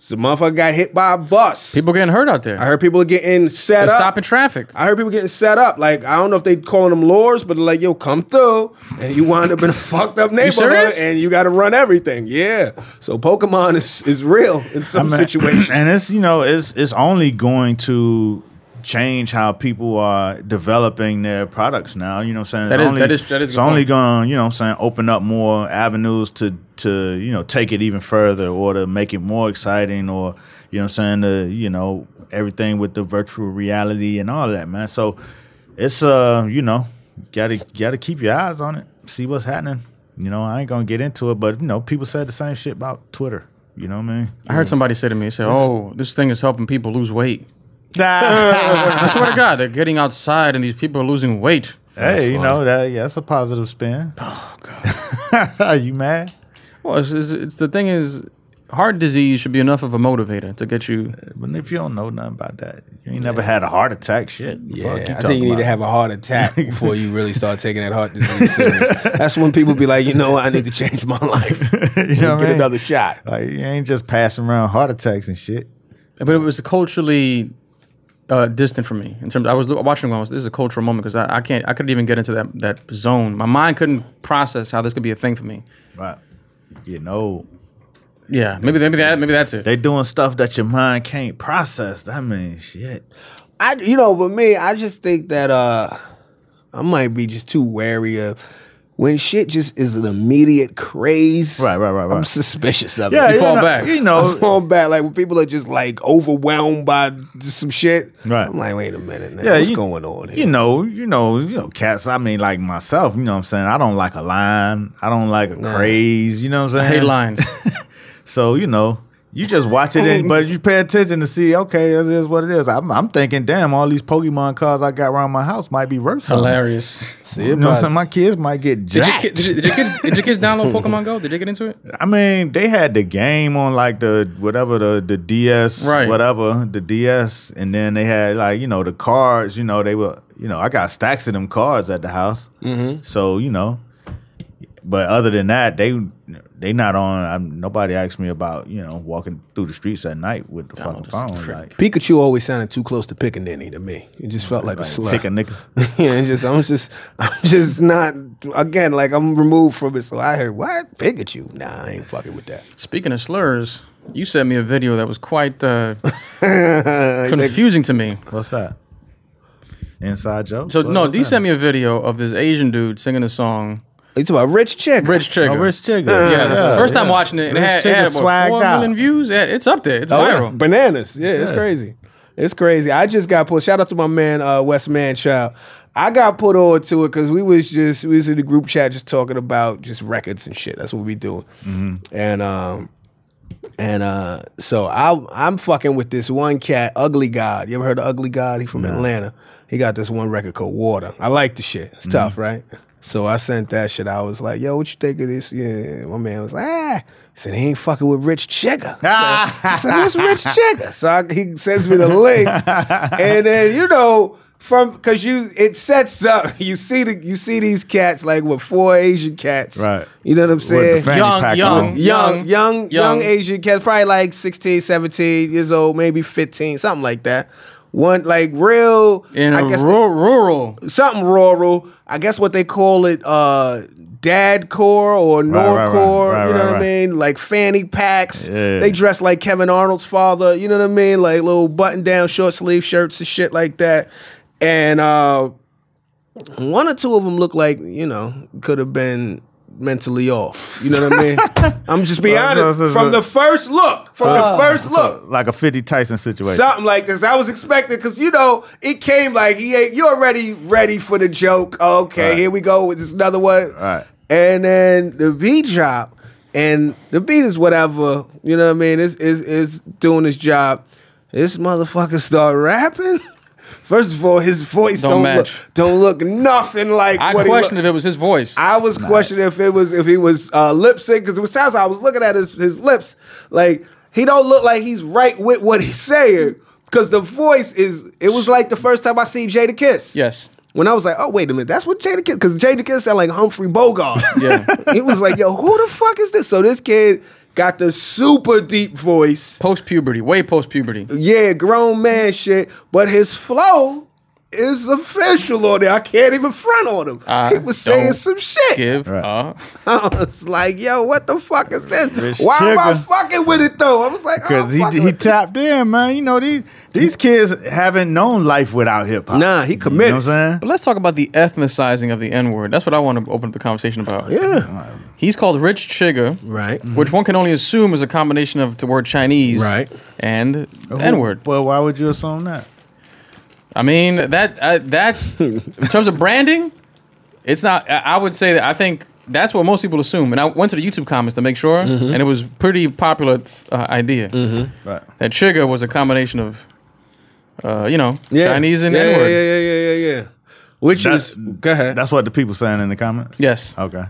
The motherfucker got hit by a bus. People getting hurt out there. I heard people are getting set They're up. stopping traffic. I heard people getting set up. Like I don't know if they calling them lures, but like yo, come through, and you wind up in a <laughs> fucked up neighborhood, serious? and you got to run everything. Yeah, so Pokemon is, is real <laughs> in some I mean, situations. <clears throat> And it's you know it's it's only going to change how people are developing their products now. You know what I'm saying? That It's is- only, that is- that is a It's good only point. going to you know what I'm saying open up more avenues to to you know take it even further or to make it more exciting or you know what I'm saying to you know everything with the virtual reality and all that man. So it's uh you know gotta gotta keep your eyes on it, see what's happening. You know, I ain't gonna get into it, but you know, people said the same shit about Twitter. You know what I mean? I heard somebody say to me, "Say, oh, this thing is helping people lose weight." <laughs> Nah. I swear to God, they're getting outside and these people are losing weight. hey, you know that yeah, that's a positive spin. Oh god. Are <laughs> you mad? Well, it's, it's, it's the thing is, heart disease should be enough of a motivator to get you. But if you don't know nothing about that, you ain't never had a heart attack. Shit. Yeah, I think you need to have a heart attack before you really <laughs> start taking that heart disease serious. That's when people be like, you know, what? I need to change my <laughs> life. have <laughs> you know what I Get mean? another shot. Like you ain't just passing around heart attacks and shit. But it was culturally uh, distant from me in terms. I was lo- watching. When I was, this is a cultural moment because I, I can't. I couldn't even get into that that zone. My mind couldn't process how this could be a thing for me. Right. You know, Yeah, maybe maybe that maybe that's it. they doing stuff that your mind can't process. That means shit. I, you know, but me, I just think that uh I might be just too wary of when shit just is an immediate craze. Right, right, right, I'm right. suspicious of Yeah, it. you fall know, back. <laughs> You I'm know, going back like when people are just like overwhelmed by just some shit. Right. I'm like, wait a minute, man. <laughs> Yeah, <laughs> what's you- going on here? you know, you know, you know, cats. I mean, like myself. You know what I'm saying? I don't like a line. I don't like a craze. You know what I'm saying? I hate lines. So you know, you just watch it, and, but you pay attention to see. Okay, this is what it is. I'm, I'm thinking, damn, all these Pokemon cards I got around my house might be worth something. <laughs> Hilarious. You know what I'm saying? My kids might get Did your, jacked. kid, did, your- did your kids, did your kids download Pokemon Go? Did they get into it? I mean, they had the game on like the whatever the the DS, Right. whatever the DS, and then they had like you know the cards. You know they were you know I got stacks of them cards at the house. Mm-hmm. So you know, but other than that, they they not on. I'm, nobody asked me about you know walking through the streets at night with the fucking phone. Like, Pikachu always sounded too close to Pickaninny to me. It just felt like a slur. Pick a nigga. <laughs> yeah, and just I'm just I'm just not again like I'm removed from it. So I heard what Pikachu? Nah, I ain't fucking with that. Speaking of slurs, you sent me a video that was quite <laughs> uh, confusing to me. What's that? Inside joke. So What no, was D that? sent me a video of this Asian dude singing a song, It's about rich chick. Rich Trigger. Oh, Rich Chigga. Yeah, this is the first time watching it. and It Rich had, it Chigga had what, swagged four out. million views. Yeah, it's up there. It's Oh, it's viral. bananas. Yeah, it's crazy. It's crazy. I just got put. Shout out to my man uh, West Manchild. I got put on to it because we was just we was in the group chat just talking about just records and shit. That's what we doing. And um and uh so I I'm fucking with this one cat, Ugly God. You ever heard of Ugly God? He from Atlanta. He got this one record called Water. I like the shit. Mm-hmm. It's tough, right? So I sent that shit. I was like, "Yo, what you think of this?" Yeah, my man was like, "Ah," he said he ain't fucking with Rich Chigga. I said, I said, "Who's <laughs> Rich Chigga?" So I, he sends me the link, and then you know from because you it sets up. <laughs> You see the you see these cats like with four Asian cats, Right. You know what I'm the saying? fanny Young, pack young, young, on. Young, young, young young. Asian cats, probably like 16, 17 years old, maybe 15, something like that. One like real, In I a guess ru- rural, the- something rural. I guess what they call it, uh, dad core or right, right. norcore. Right, you know right, what I right. mean? Like fanny packs. Yeah. They dress like Kevin Arnold's father. You know what I mean? Like little button down, short sleeve shirts and shit like that. And uh, one or two of them look like you know could have been mentally off. You know what I <laughs> mean? I'm just being So- so- honest. so- from so- the first look, from the first look, Uh, Like a 50 Tyson situation. something like this. I was expecting because you know it came like he ain't. You already ready for the joke? Okay, Right. here we go with this another one. Right. And then the beat drop, and the beat is whatever. You know what I mean? It's is is doing his job. This motherfucker start rapping. <laughs> First of all, his voice Don't don't, look match. don't look nothing like I what he look- questioned if it was his voice. I was questioning if it was if he was uh, lip sync because it was times I was looking at his his lips like he don't look like he's right with what he's saying. because the voice is. It was like the first time I see Jada Kiss. Yes. When I was like, oh wait a minute, that's what Jada Kiss, because Jada Kiss sound like Humphrey Bogart. <laughs> <laughs> Yeah. it was like, yo, who the fuck is this? So this kid got the super deep voice. Post puberty, way post puberty. Yeah, grown man shit, but his flow is official on it. I can't even front on him. I he was saying don't some shit. Give Right. up. <laughs> I was like, yo, what the fuck is this? Rich Why am I Tigger. fucking with it though? I was like, Because oh, he, he tapped in, man. You know, these these kids haven't known life without hip hop. Nah, he committed. You know what I'm But let's talk about the ethnicizing of the N word. That's what I want to open up the conversation about. yeah. He's called Rich Chigga, Right. Which one can only assume is a combination of the word Chinese, Right. and saying? N word. Well, why would you assume that? I mean that uh, <laughs> that's in terms of branding, it's not. I I would say that I think that's what most people assume. And I went to the YouTube comments to make sure, Mm-hmm. and it was pretty popular uh, idea Right. that Chigga was a combination of, uh, you know, Yeah. Chinese and yeah, N word. Yeah, yeah, yeah, yeah, yeah. Which That's- is go ahead. That's what the people saying in the comments. Yes. Okay.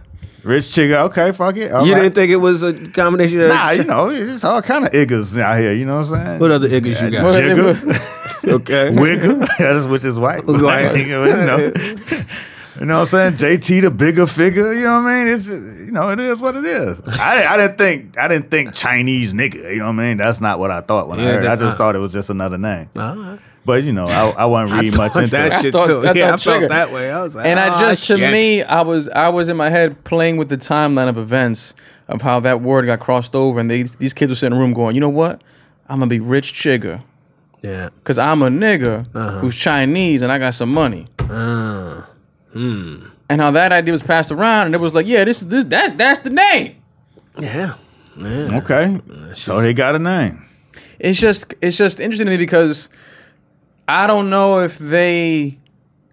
Rich Chigga. Okay, fuck it. All you right. didn't think it was a combination of Nah, you know, it's all kind of iggas out here. You know what I'm saying? What other iggas you got? Jigga, <laughs> Okay. wigga, <laughs> that's which is white. <laughs> Right. you know, <laughs> You know what I'm saying? JT, the bigger figure. You know what I mean? It's just, you know, it is what it is. I, I didn't think I didn't think Chinese nigga. You know what I mean? That's not what I thought when I Yeah, heard. it. I that- just uh. thought it was just another name. Alright. But you know, I, I wasn't reading much into that it. shit thought- too. I yeah, I thought felt Trigger. that way. I was <laughs> like, and "Ah, I just to shit." me, I was I was in my head playing with the timeline of events of how that word got crossed over, and they, these kids were sitting in the room going, you know what? I'm gonna be Rich Chigga yeah, because I'm a nigga Uh-huh. who's Chinese and I got some money. Uh, hmm. And how that idea was passed around, and it was like, yeah, this is this that's that's the name. yeah, yeah. Okay, so they got a name. it's just it's just interesting to me because I don't know if they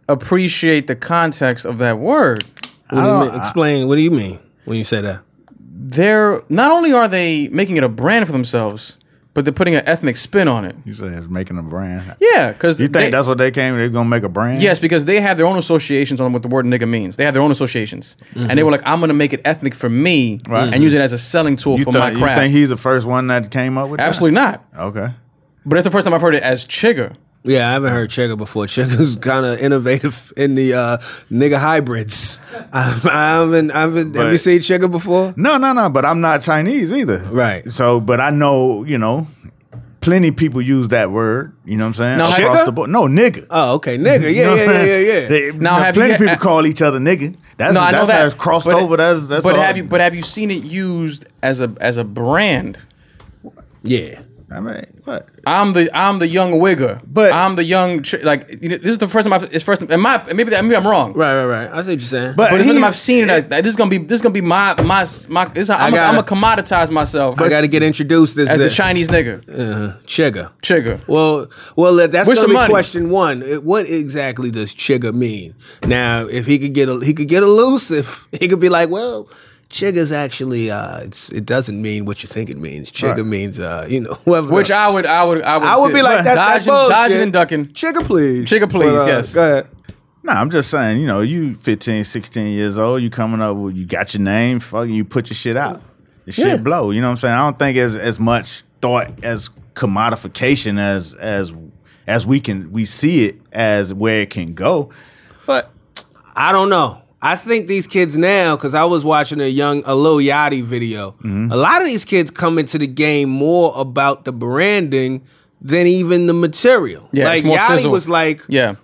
appreciate the context of that word. What do you mean? Explain. What do you mean when you say that? They're not only are they making it a brand for themselves, but they're putting an ethnic spin on it. You say it's making a brand. Yeah, because You think that's what they came? They're gonna make a brand? yes, because they have their own associations on what the word nigga means. They have their own associations, and they were like, "I'm gonna make it ethnic for me Right. and use it as a selling tool You, for thi- my you craft." think he's the first one that came up with that? Absolutely not. Okay. But it's the first time I've heard it as chigger. Yeah, I haven't heard Chigga before. <laughs> Chigga's kind of innovative in the uh, nigga hybrids. I, I haven't. I haven't. have you But- seen Chigga before? No, no, no. But I'm not Chinese either. Right. So, but I know, you know, plenty people use that word. You know what I'm saying? Now, Across nigga? the board. No, nigga. Oh, okay, nigga. <laughs> You know Yeah, what yeah, I'm yeah, yeah, saying? yeah. <laughs> They- Now, have you plenty had- people I- call each other nigga. That's no, I that's know how that. it's crossed but, over. That's that's. But all- have you but have you seen it used as a as a brand? yeah. I mean, what? I'm the I'm the young wigger. But- I'm the young ch- like you know, this is the first time I've it's first and my maybe that, maybe I'm wrong. Right, right, right. I see what you're saying. But the first he's- time I've seen it, I, I- this is gonna be this is gonna be my my my. This, I'm I gonna gotta- commoditize myself I got to get introduced as as the this. Chinese nigga Chigga. chigger. Well, well, uh, that's With gonna some be money. question one. Uh, What exactly does chigga mean? Now, if he could get a, he could get elusive. <laughs> He could be like, well, chigga's actually uh, it's it doesn't mean what you think it means. Chigga Right. means uh, you know <laughs> whoever. Which I would I would I would I would be like that's dodging that bullshit. dodging and ducking. Chigga, please. uh, Chigga, please, yes. Go ahead. No, I'm just saying, you know, you 15, 16 years old, you coming up with, you got your name, fucking, you put your shit out. Your shit Yeah. blow. You know what I'm saying? I don't think as as much thought as commodification as as as we can we see it as where it can go. But I don't know. I think these kids now, because I was watching a young a Lil Yachty video. Mm-hmm. A lot of these kids come into the game more about the branding than even the material. Yeah, like it's more Yachty sizzle. was like, Yeah,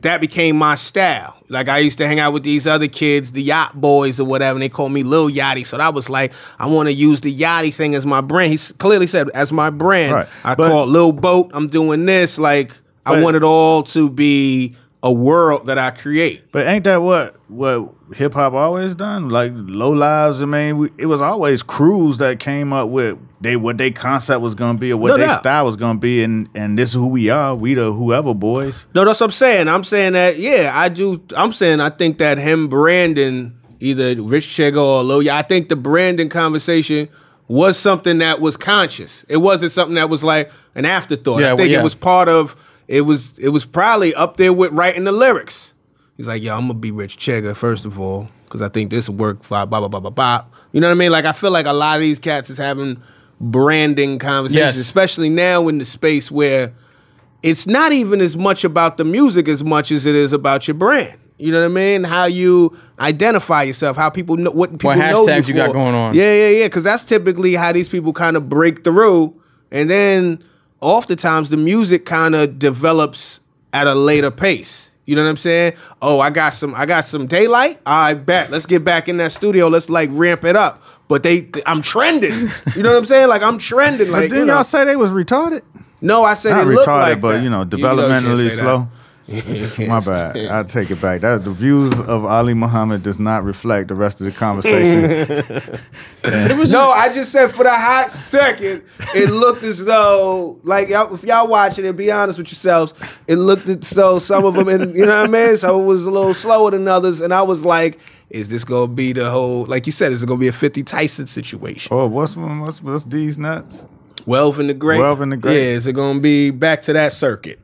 that became my style. Like I used to hang out with these other kids, the yacht boys or whatever, and they called me Lil Yachty. So that was like, I want to use the Yachty thing as my brand. He s- clearly said as my brand. Right. I But- call it Lil Boat. I'm doing this. Like I But- want it all to be a world that I create. but ain't that what what hip hop always done? Like low lives, I mean, we, it was always crews that came up with they what they concept was gonna be or what No their doubt. style was gonna be, and and this is who we are. We the whoever boys. No, that's what I'm saying. I'm saying that, yeah, I do. I'm saying I think that him branding either Rich Chigga or Lil Yachty, I think the branding conversation was something that was conscious. It wasn't something that was like an afterthought. Yeah, I well, think yeah. it was part of. It was. It was probably up there with writing the lyrics. He's like, yo, I'm gonna be Rich Chigga first of all, because I think this will work. Blah blah blah blah blah blah. You know what I mean? Like I feel like a lot of these cats is having branding Yes. conversations, especially now in the space where it's not even as much about the music as much as it is about your brand. You know what I mean? How you identify yourself, how people know what people know hashtags you got for. going on. Yeah, yeah, yeah. Because that's typically how these people kind of break through, and then oftentimes the music kind of develops at a later pace. You know what I'm saying? Oh, I got some, I got some daylight. I bet. Let's get back in that studio. Let's like ramp it up. But they, I'm trending. You know what I'm saying? Like I'm trending. Like But you didn't know. y'all say they was retarded? No, I said it Not retarded, looked like but that. you know, You know you developmentally can't say <laughs> slow. that. My bad. I take it back. That the views of Ali Muhammad does not reflect the rest of the <laughs> conversation. no, I just said for the hot second, it looked as though, like, y'all, if y'all watching it, be honest with yourselves, it looked as though some of them, in, you know what I mean? So it was a little slower than others. And I was like, is this going to be the whole, like you said, is it going to be a 50 Tyson situation? oh, what's what's what's these nuts? 12 in the great. 12 in Oh. the grave. Yeah, is it going to be back to that circuit?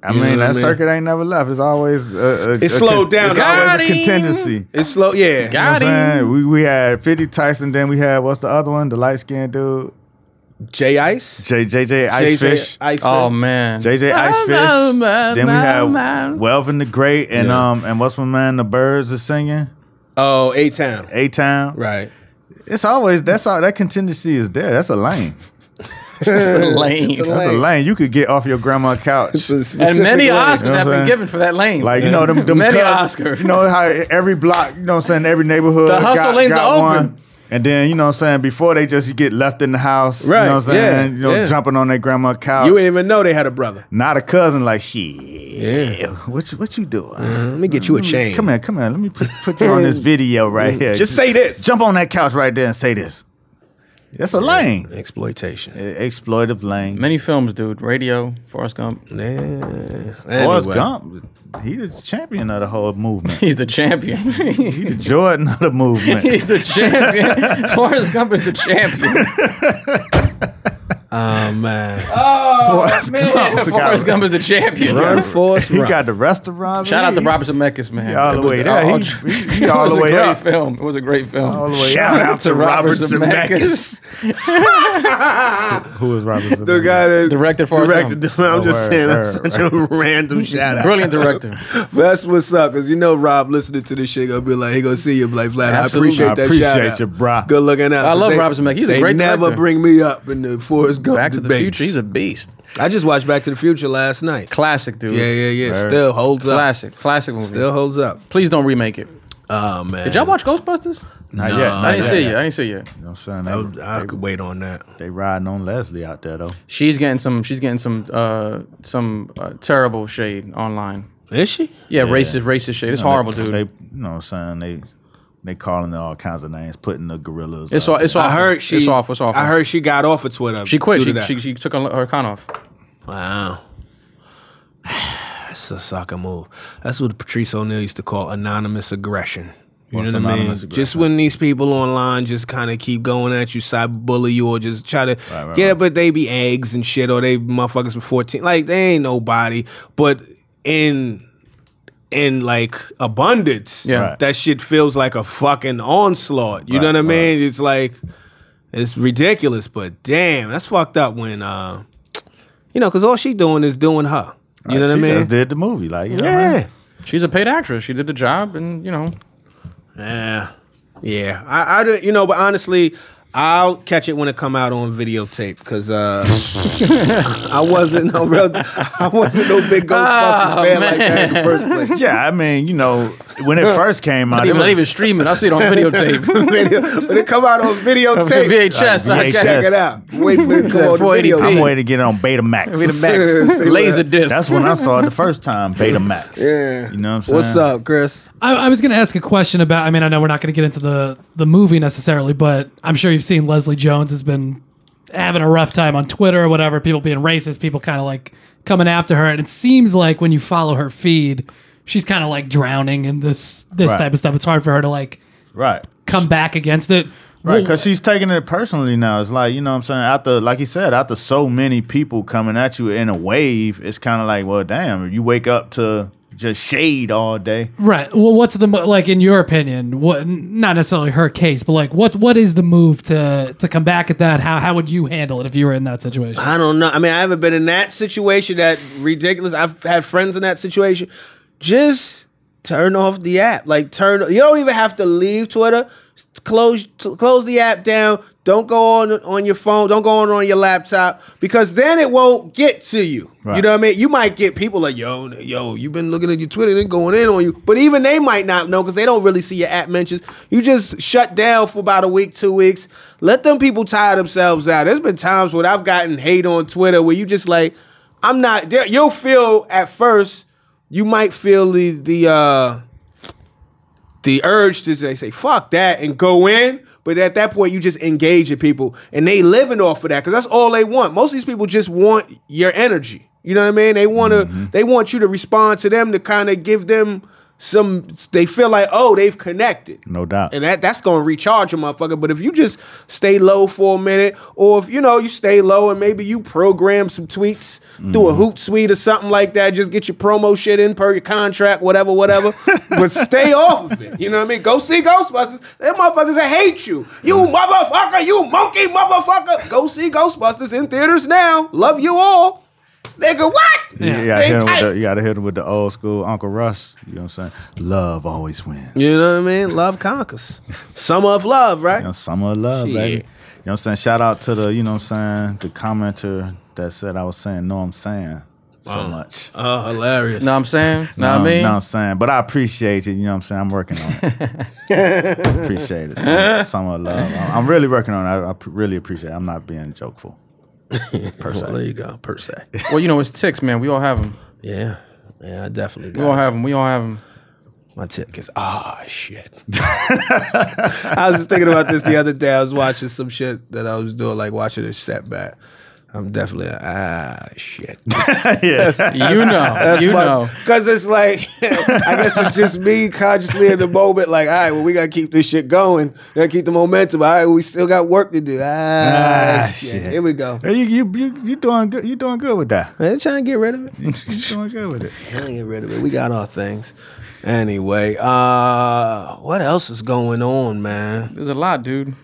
I You know mean, what I that mean? circuit ain't never left. It's always uh, a, It's a slowed down. It's always Got a him. contingency. It's slow, yeah. You know what Got I'm him. saying? We we had 50 Tyson, then we had what's the other one? The light skinned dude, J Ice? J J J Icefish. Ice Oh man. JJ Icefish. Then we had Well, Welvin the Great and Yeah. um and what's my man the birds is singing? Oh, A Town. A Town. Right. It's always that's all that contingency is there. That's a lane. lane. It's a That's a Lane. <laughs> lane. You could get off your grandma's couch. It's a And specific many lane. Oscars know what have I'm been saying? given for that lane. Like you know them, them many cousins- Oscars. You know how every block, you know what I'm saying, every neighborhood. The hustle got, lanes got are one. open. And then you know what I'm saying, before they just get left in the house, you Right, know what I'm yeah, saying? you know, yeah. jumping on their grandma's couch. You didn't even know they had a brother. Not a cousin like shit. Yeah. What you what you doing? Mm, Let me get you a Mm, chain. Come here, come here. Let me put, put you on <laughs> this video right here. Just say this. Jump on that couch right there and say this. That's a lane. Exploitation. Exploitive lane. many films, dude. Radio, Forrest Gump. Yeah. Forrest Anyway. Gump, he the champion of the whole movement. He's the champion. <laughs> He the Jordan <laughs> of the movement. He's the <laughs> champion. Forrest Gump is the champion. Oh man. Forrest Gump. Forrest Gump is the champion. Run, Forrest, He run. got the restaurant. Shout out to He- Robert Zemeckis, man. he all <laughs> the It was way the- there. oh, He, oh, he, he all it was the a way great up. film. It was a great film. All the way Shout up. out to Robert Zemeckis. Who is Robert Zemeckis? <laughs> The guy that Directed Forrest directed the Gump. film. I'm Oh, just word, saying that's word, such a <laughs> random <laughs> shout out. Brilliant <laughs> director. That's what's up, cause you know Rob listening to this shit gonna be like, he gonna see you be like, Vlad, I Absolutely. appreciate I that appreciate shout out. you, bro. Good looking out. I love They- Rob Zemeckis. He's a they great never director. bring me up in the Forrest Gump Back to the debates. Future. He's a beast. I just watched Back to the Future last night. Classic, dude. yeah, yeah, yeah. Word. Still holds up. Classic. Classic movie. Still holds up. Please don't remake it. Oh man. Did y'all watch Ghostbusters? Not yet. I didn't not see yet. you. I didn't see you. You know what I'm I, saying? would- They, I could wait on that. they riding on Leslie out there though. She's getting some. She's getting some. Uh, some uh, terrible shade online. Is she? Yeah, racist, racist shade. It's horrible, they, dude. They, you know what I'm saying? They they calling it all kinds of names, putting the gorillas. it's out all. It's I awful. heard she. It's awful. It's awful. I heard she got off of Twitter. she quit. due to She, that. she she took her, her con off. Wow. <sighs> That's a soccer move. That's what Patrice O'Neill used to call anonymous aggression. You What's know what I mean? anonymous aggression? Just when these people online just kind of keep going at you, cyberbully you, or just try to right, yeah, right. but they be eggs and shit, or they motherfuckers from fourteen. Like they ain't nobody. But in in like abundance, Yeah. Right. that shit feels like a fucking onslaught. You know Right, what I mean? It's like it's ridiculous, but damn, that's fucked up when uh you know, cause all she doing is doing her. You know what I She mean? just did the movie, like you know what I mean? yeah. She's a paid actress. She did the job, and you know, Yeah. Yeah. I, I don't you know, but honestly, I'll catch it when it come out on videotape because uh, <laughs> I wasn't no real, I wasn't no big Ghostbusters fan like that in the first place. <laughs> Yeah, I mean, you know, when it first came out, not it even, was not even streaming. I see <laughs> it on videotape. Video- when it come out on It was videotape, VHS. I VHS. checked. check it out. Wait for it to come on the <laughs> 480p. video. I'm waiting to get it on Betamax. Max. Laser disc. That's when I saw it the first time, Betamax. Yeah. You know what I'm saying? What's up, Chris? I, I was going to ask a question about. I mean, I know we're not going to get into the the movie necessarily, but I'm sure you've seen Leslie Jones has been having a rough time on Twitter or whatever. People being racist, people kind of like coming after her, and it seems like when you follow her feed, she's kind of like drowning in this this Right. type of stuff. It's hard for her to like Right. come back against it. Right, Well, because she's taking it personally now. It's like, you know what I'm saying? After, like you said, after so many people coming at you in a wave, it's kind of like, well, damn, if you wake up to just shade all day. Right. Well, what's the mo- like in your opinion? What not necessarily her case, but like what what is the move to to come back at that? How how would you handle it if you were in that situation? I don't know. I mean, I haven't been in that situation that ridiculous. I've had friends in that situation. Just turn off the app. Like turn. You don't even have to leave Twitter. Just Close t- close the app down. Don't go on on your phone. Don't go on on your laptop because then it won't get to you. You Right. know what I mean? You might get people like yo n- yo. You've been looking at your Twitter and going in on you, but even they might not know because they don't really see your app mentions. You just shut down for about a week, two weeks. Let them people tire themselves out. There's been times when I've gotten hate on Twitter where you just like, I'm not. there- You'll feel at first, you might feel the the uh, the urge to say, say fuck that and go in. But at that point, you just engage with people and they living off of that because that's all they want. Most of these people just want your energy. You know what I mean? They want to. Mm-hmm. They want you to respond to them to kind of give them some. They feel like oh they've connected. No doubt. And that that's gonna recharge a motherfucker. But if you just stay low for a minute, or if you know you stay low and maybe you program some tweets Mm. through a hoot suite or something like that, just get your promo shit in per your contract, whatever, <laughs> whatever. but stay off of it. You know what I mean? Go see Ghostbusters. Them motherfuckers that hate you. You Mm. motherfucker, you monkey motherfucker. Go see Ghostbusters in theaters now. Love you all. Nigga, what? Yeah, you, gotta They hit 'em with tight. the, you gotta hit him with the old school Uncle Russ. You know what I'm saying? Love always wins. You know what I mean? Love conquers. Summer of love, right? You know, summer of love, Shit. baby. You know what I'm saying? Shout out to the, you know what I'm saying, the commenter that said I was saying no I'm saying so much. Oh, hilarious. Know what I'm saying? Know what Um, I mean? know what I'm saying? But I appreciate it. You know what I'm saying? I'm working on <laughs> it. appreciate it. Summer, summer of love. I'm, I'm really working on it. I, I pr- really appreciate it. I'm not being jokeful. Well, there you go, per se. Well, you know, it's ticks, man. We all have them. Yeah. Yeah, I definitely got We all it. have them. We all have <laughs> them. my tick is ah shit. I was just thinking about this the other day. I was watching some shit that I was doing, like watching a setback. I'm definitely a, ah <laughs> shit. You know. You know. Because it's like, I guess it's just me consciously in the moment, like, all right, well, we got to keep this shit going. We got to keep the momentum. All right, we still got work to do. Ah, Ah, shit. shit. Here we go. Hey, you you you you doing good you doing good with that. <laughs> Man, trying to get rid of it. You doing good with it. I ain't get rid of it. We got our things. Anyway, uh, what else is going on, man? There's a lot, dude.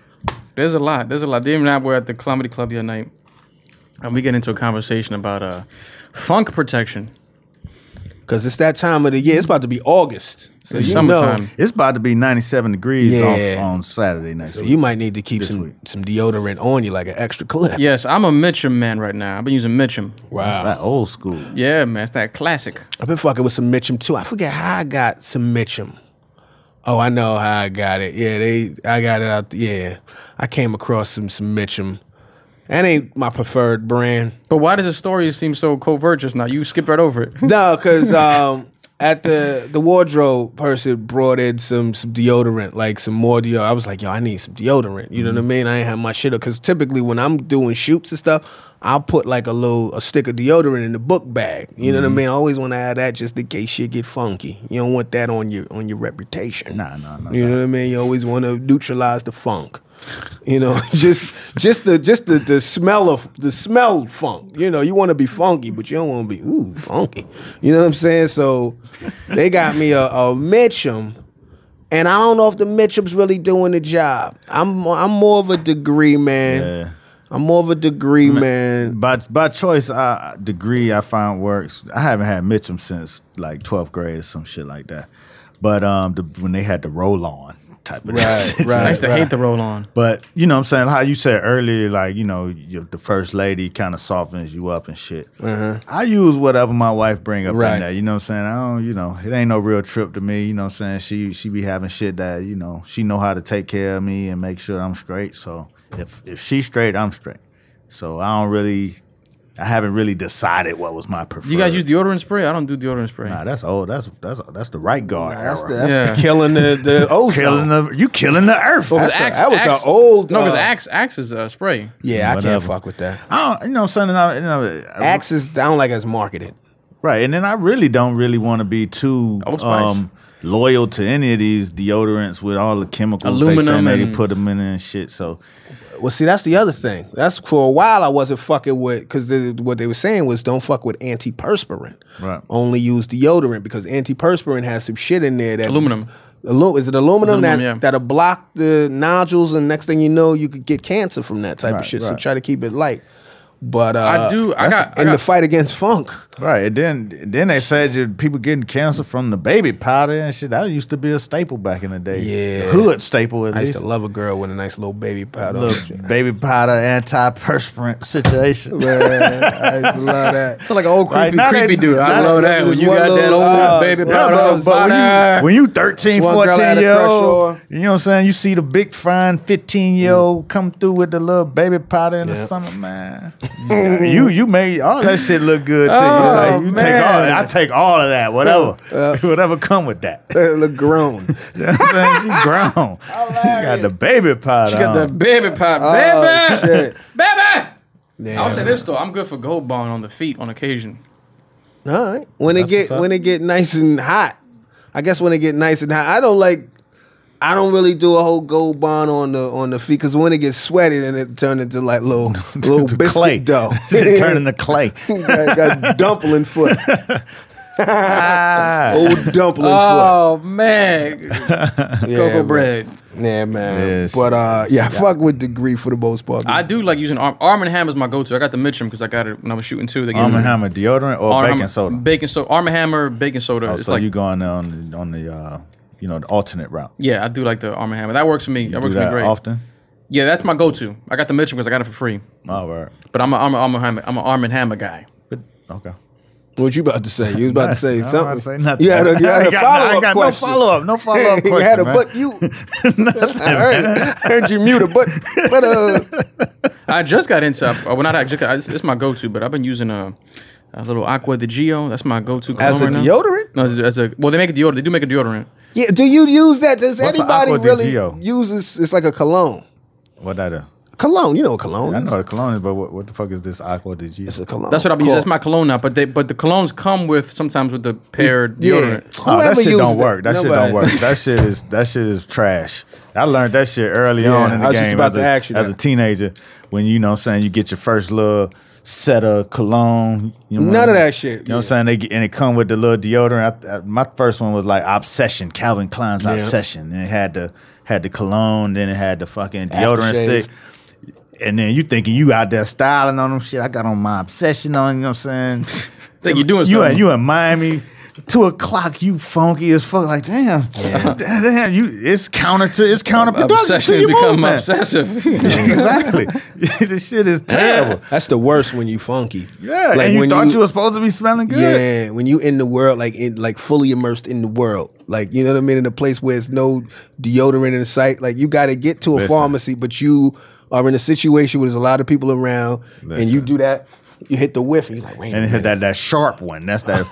There's a lot. There's a lot. Dave and I were at the comedy club the other night, and we get into a conversation about uh, funk protection. Because it's that time of the year. It's about to be August. So It's you summertime. know, It's about to be 97 degrees Yeah. on, on Saturday next so week. you might need to keep This some, week. some deodorant on you like an extra clip. Yes, I'm a Mitchum man right now. I've been using Mitchum. Wow. that old school. Yeah, man, it's that classic. I've been fucking with some Mitchum too. I forget how I got some Mitchum. Oh, I know how I got it. Yeah, they I got it out. Yeah, I came across some some Mitchum. That ain't my preferred brand. But why does the story seem so covert just now? You skipped right over it. <laughs> No, because um, at the the wardrobe person brought in some some deodorant, like some more deodorant. I was like, yo, I need some deodorant. You know Mm-hmm. what I mean? I ain't have my shit up because typically when I'm doing shoots and stuff, I'll put like a little a stick of deodorant in the book bag. You know what Mm-hmm. I mean? I always want to have that just in case shit get funky. You don't want that on your on your reputation. Nah, nah, nah. You know what I mean? You always want to neutralize the funk. You know, <laughs> just just the just the, the smell of the smell funk. You know, you want to be funky, but you don't want to be ooh funky. You know what I'm saying? So they got me a, a Mitchum, and I don't know if the Mitchum's really doing the job. I'm I'm more of a degree man. Yeah. I'm more of a degree man. By by choice, I degree I find works. I haven't had Mitchum since like twelfth grade or some shit like that. But um, the, when they had the roll on type of Right, <laughs> shit. I right. used to hate the roll on. But you know what I'm saying? How you said earlier, like, you know, you, the first lady kind of softens you up and shit. I use whatever my wife bring up Uh-huh. Right. in there. You know what I'm saying? I don't, you know, it ain't no real trip to me. You know what I'm saying? She she be having shit that, you know, she know how to take care of me and make sure I'm straight. So if if she's straight, I'm straight. So I don't really I haven't really decided what was my preferred. You guys use deodorant spray? I don't do deodorant spray. Nah, that's old. That's that's that's the right guard That's, era. the, that's Yeah. the killing the the ozone. killing the you killing the earth. Well, 'cause That's a- that was a old, No, because uh, Axe, Axe is a spray. yeah, I can't Whatever. fuck with that. I don't, you know what I'm saying? I, you know, I- Axe is I don't like as marketed. Right, and then I really don't really want to be too Old Spice. um, loyal to any of these deodorants with all the chemicals they saying Aluminum they and- put them in and shit. So Well, see, that's the other thing. That's for a while I wasn't fucking with because what they were saying was don't fuck with antiperspirant. Right. Only use deodorant because antiperspirant has some shit in there that Aluminum. Alu- is it aluminum, Aluminum, that yeah. that'll block the nodules and next thing you know you could get cancer from that type Right, of shit. So right. try to keep it light. But uh, I do- I that's got- I in the got- fight against funk. right, and then then they said that people getting cancer from the baby powder and shit. That used to be a staple back in the day. Yeah. hood staple at I used least. to love a girl with a nice little baby powder. Little baby powder antiperspirant situation. Man, I used to love <laughs> that. It's like an old Right, creepy, now they- creepy dude. now I they- love that there's when you one got that little, old uh, baby yeah, powder. bro, on but when you- fire. When you 13, One girl 14 had a year crush old, on- Mm. you know what I'm saying? You see the big fine 15 year old come through with the little baby powder in the Yep. summer, man. <laughs> you you made all that shit look good to you. Like, you take all Oh, man. that. I take all of <laughs> that, whatever. <laughs> whatever come with that. You Look grown. know what I'm saying? She grown. She got the baby powder. You got on. that baby pop, Oh, baby, shit. <laughs> baby. Damn. I'll say this though, I'm good for gold bond on the feet on occasion. All right. When it get what's up. when it get nice and hot, I guess when it get nice and hot, I don't like. I don't really do a whole gold bond on the on the feet because when it gets sweaty, then it turn into like little <laughs> little The biscuit clay. <laughs> dough. <laughs> Turning the clay. got, got dumpling foot, Ah. old dumpling Oh <laughs> man, foot, yeah, cocoa man. bread. Yeah, man. Yes. But uh, yeah, fuck with degree for the most part. I do like using Arm, Arm and Hammer is my go-to. I got the Mitchum because I got it when I was shooting too. They gave it Arm to and me. Hammer deodorant or Arm- baking soda? Baking soda. Arm and Hammer baking soda. Oh, it's so like you going on on the uh, you know the alternate route? yeah, I do like the Arm and Hammer. That works for me. That Do works for me that great. often. Yeah, that's my go-to. I got the Mitchum because I got it for free. All right. But I'm a Arm, Arm, Hammer, I'm an Arm and Hammer guy. But okay. what you about to say? You was about to say <laughs> I don't something. wanna say nothing. You had a, you had <laughs> I a got- follow I up got no question. follow-up, no <laughs> follow-up you had a question, man. but you. <laughs> I heard, I heard you muted, but but uh. I just got into. Uh, well, not I just got, it's, it's my go-to, but I've been using a, a little Aqua de Gio. That's my go-to cologne As a right now. deodorant? No, as a, as a well, they make a deodorant. They do make a deodorant. Yeah, do you use that? Does What's the anybody Aqua di really Gio? uses? It's like a cologne. What that? Is? Cologne, you know what cologne. I is. know what a cologne is, but what, what the fuck is this aqua de Gio? It's a cologne. That's what I've been using. Cool. That's my cologne now. But they but the colognes come with sometimes with the paired Yeah. deodorant. Oh, that Whoever shit uses don't it, work. That shit nobody- don't work. That shit is that shit is trash. I learned that shit early Yeah, on in the I was game just about as, to a, ask you as that. a teenager when you know what I'm saying you get your first little set of cologne. You know what None I of mean? that shit. You know what I'm saying? They get, and it come with the little deodorant. I, I, my first one was like Obsession, Calvin Klein's Obsession, and it had the had the cologne, then it had the fucking deodorant Aftershave. stick. And then you thinking you out there styling on them shit. I got on my obsession on, you know what I'm saying? <laughs> Think you're doing you something. in, you in Miami. Two o'clock, you funky as fuck. Like damn, <laughs> damn, you. It's counter to it's counterproductive. to Obsession your become movement. obsessive. <laughs> <laughs> exactly. this shit is terrible. That's the worst when you funky. Yeah, and you when thought you, were supposed to be smelling good. Yeah, when you in the world, like in like fully immersed in the world, like you know what I mean, in a place where it's no deodorant in sight. Like you got to get to a Listen. pharmacy, but you are in a situation where there's a lot of people around, and you Listen. do that, you hit the whiff, and you're like, wait, a And it minute. had that that sharp one. That's <laughs> that.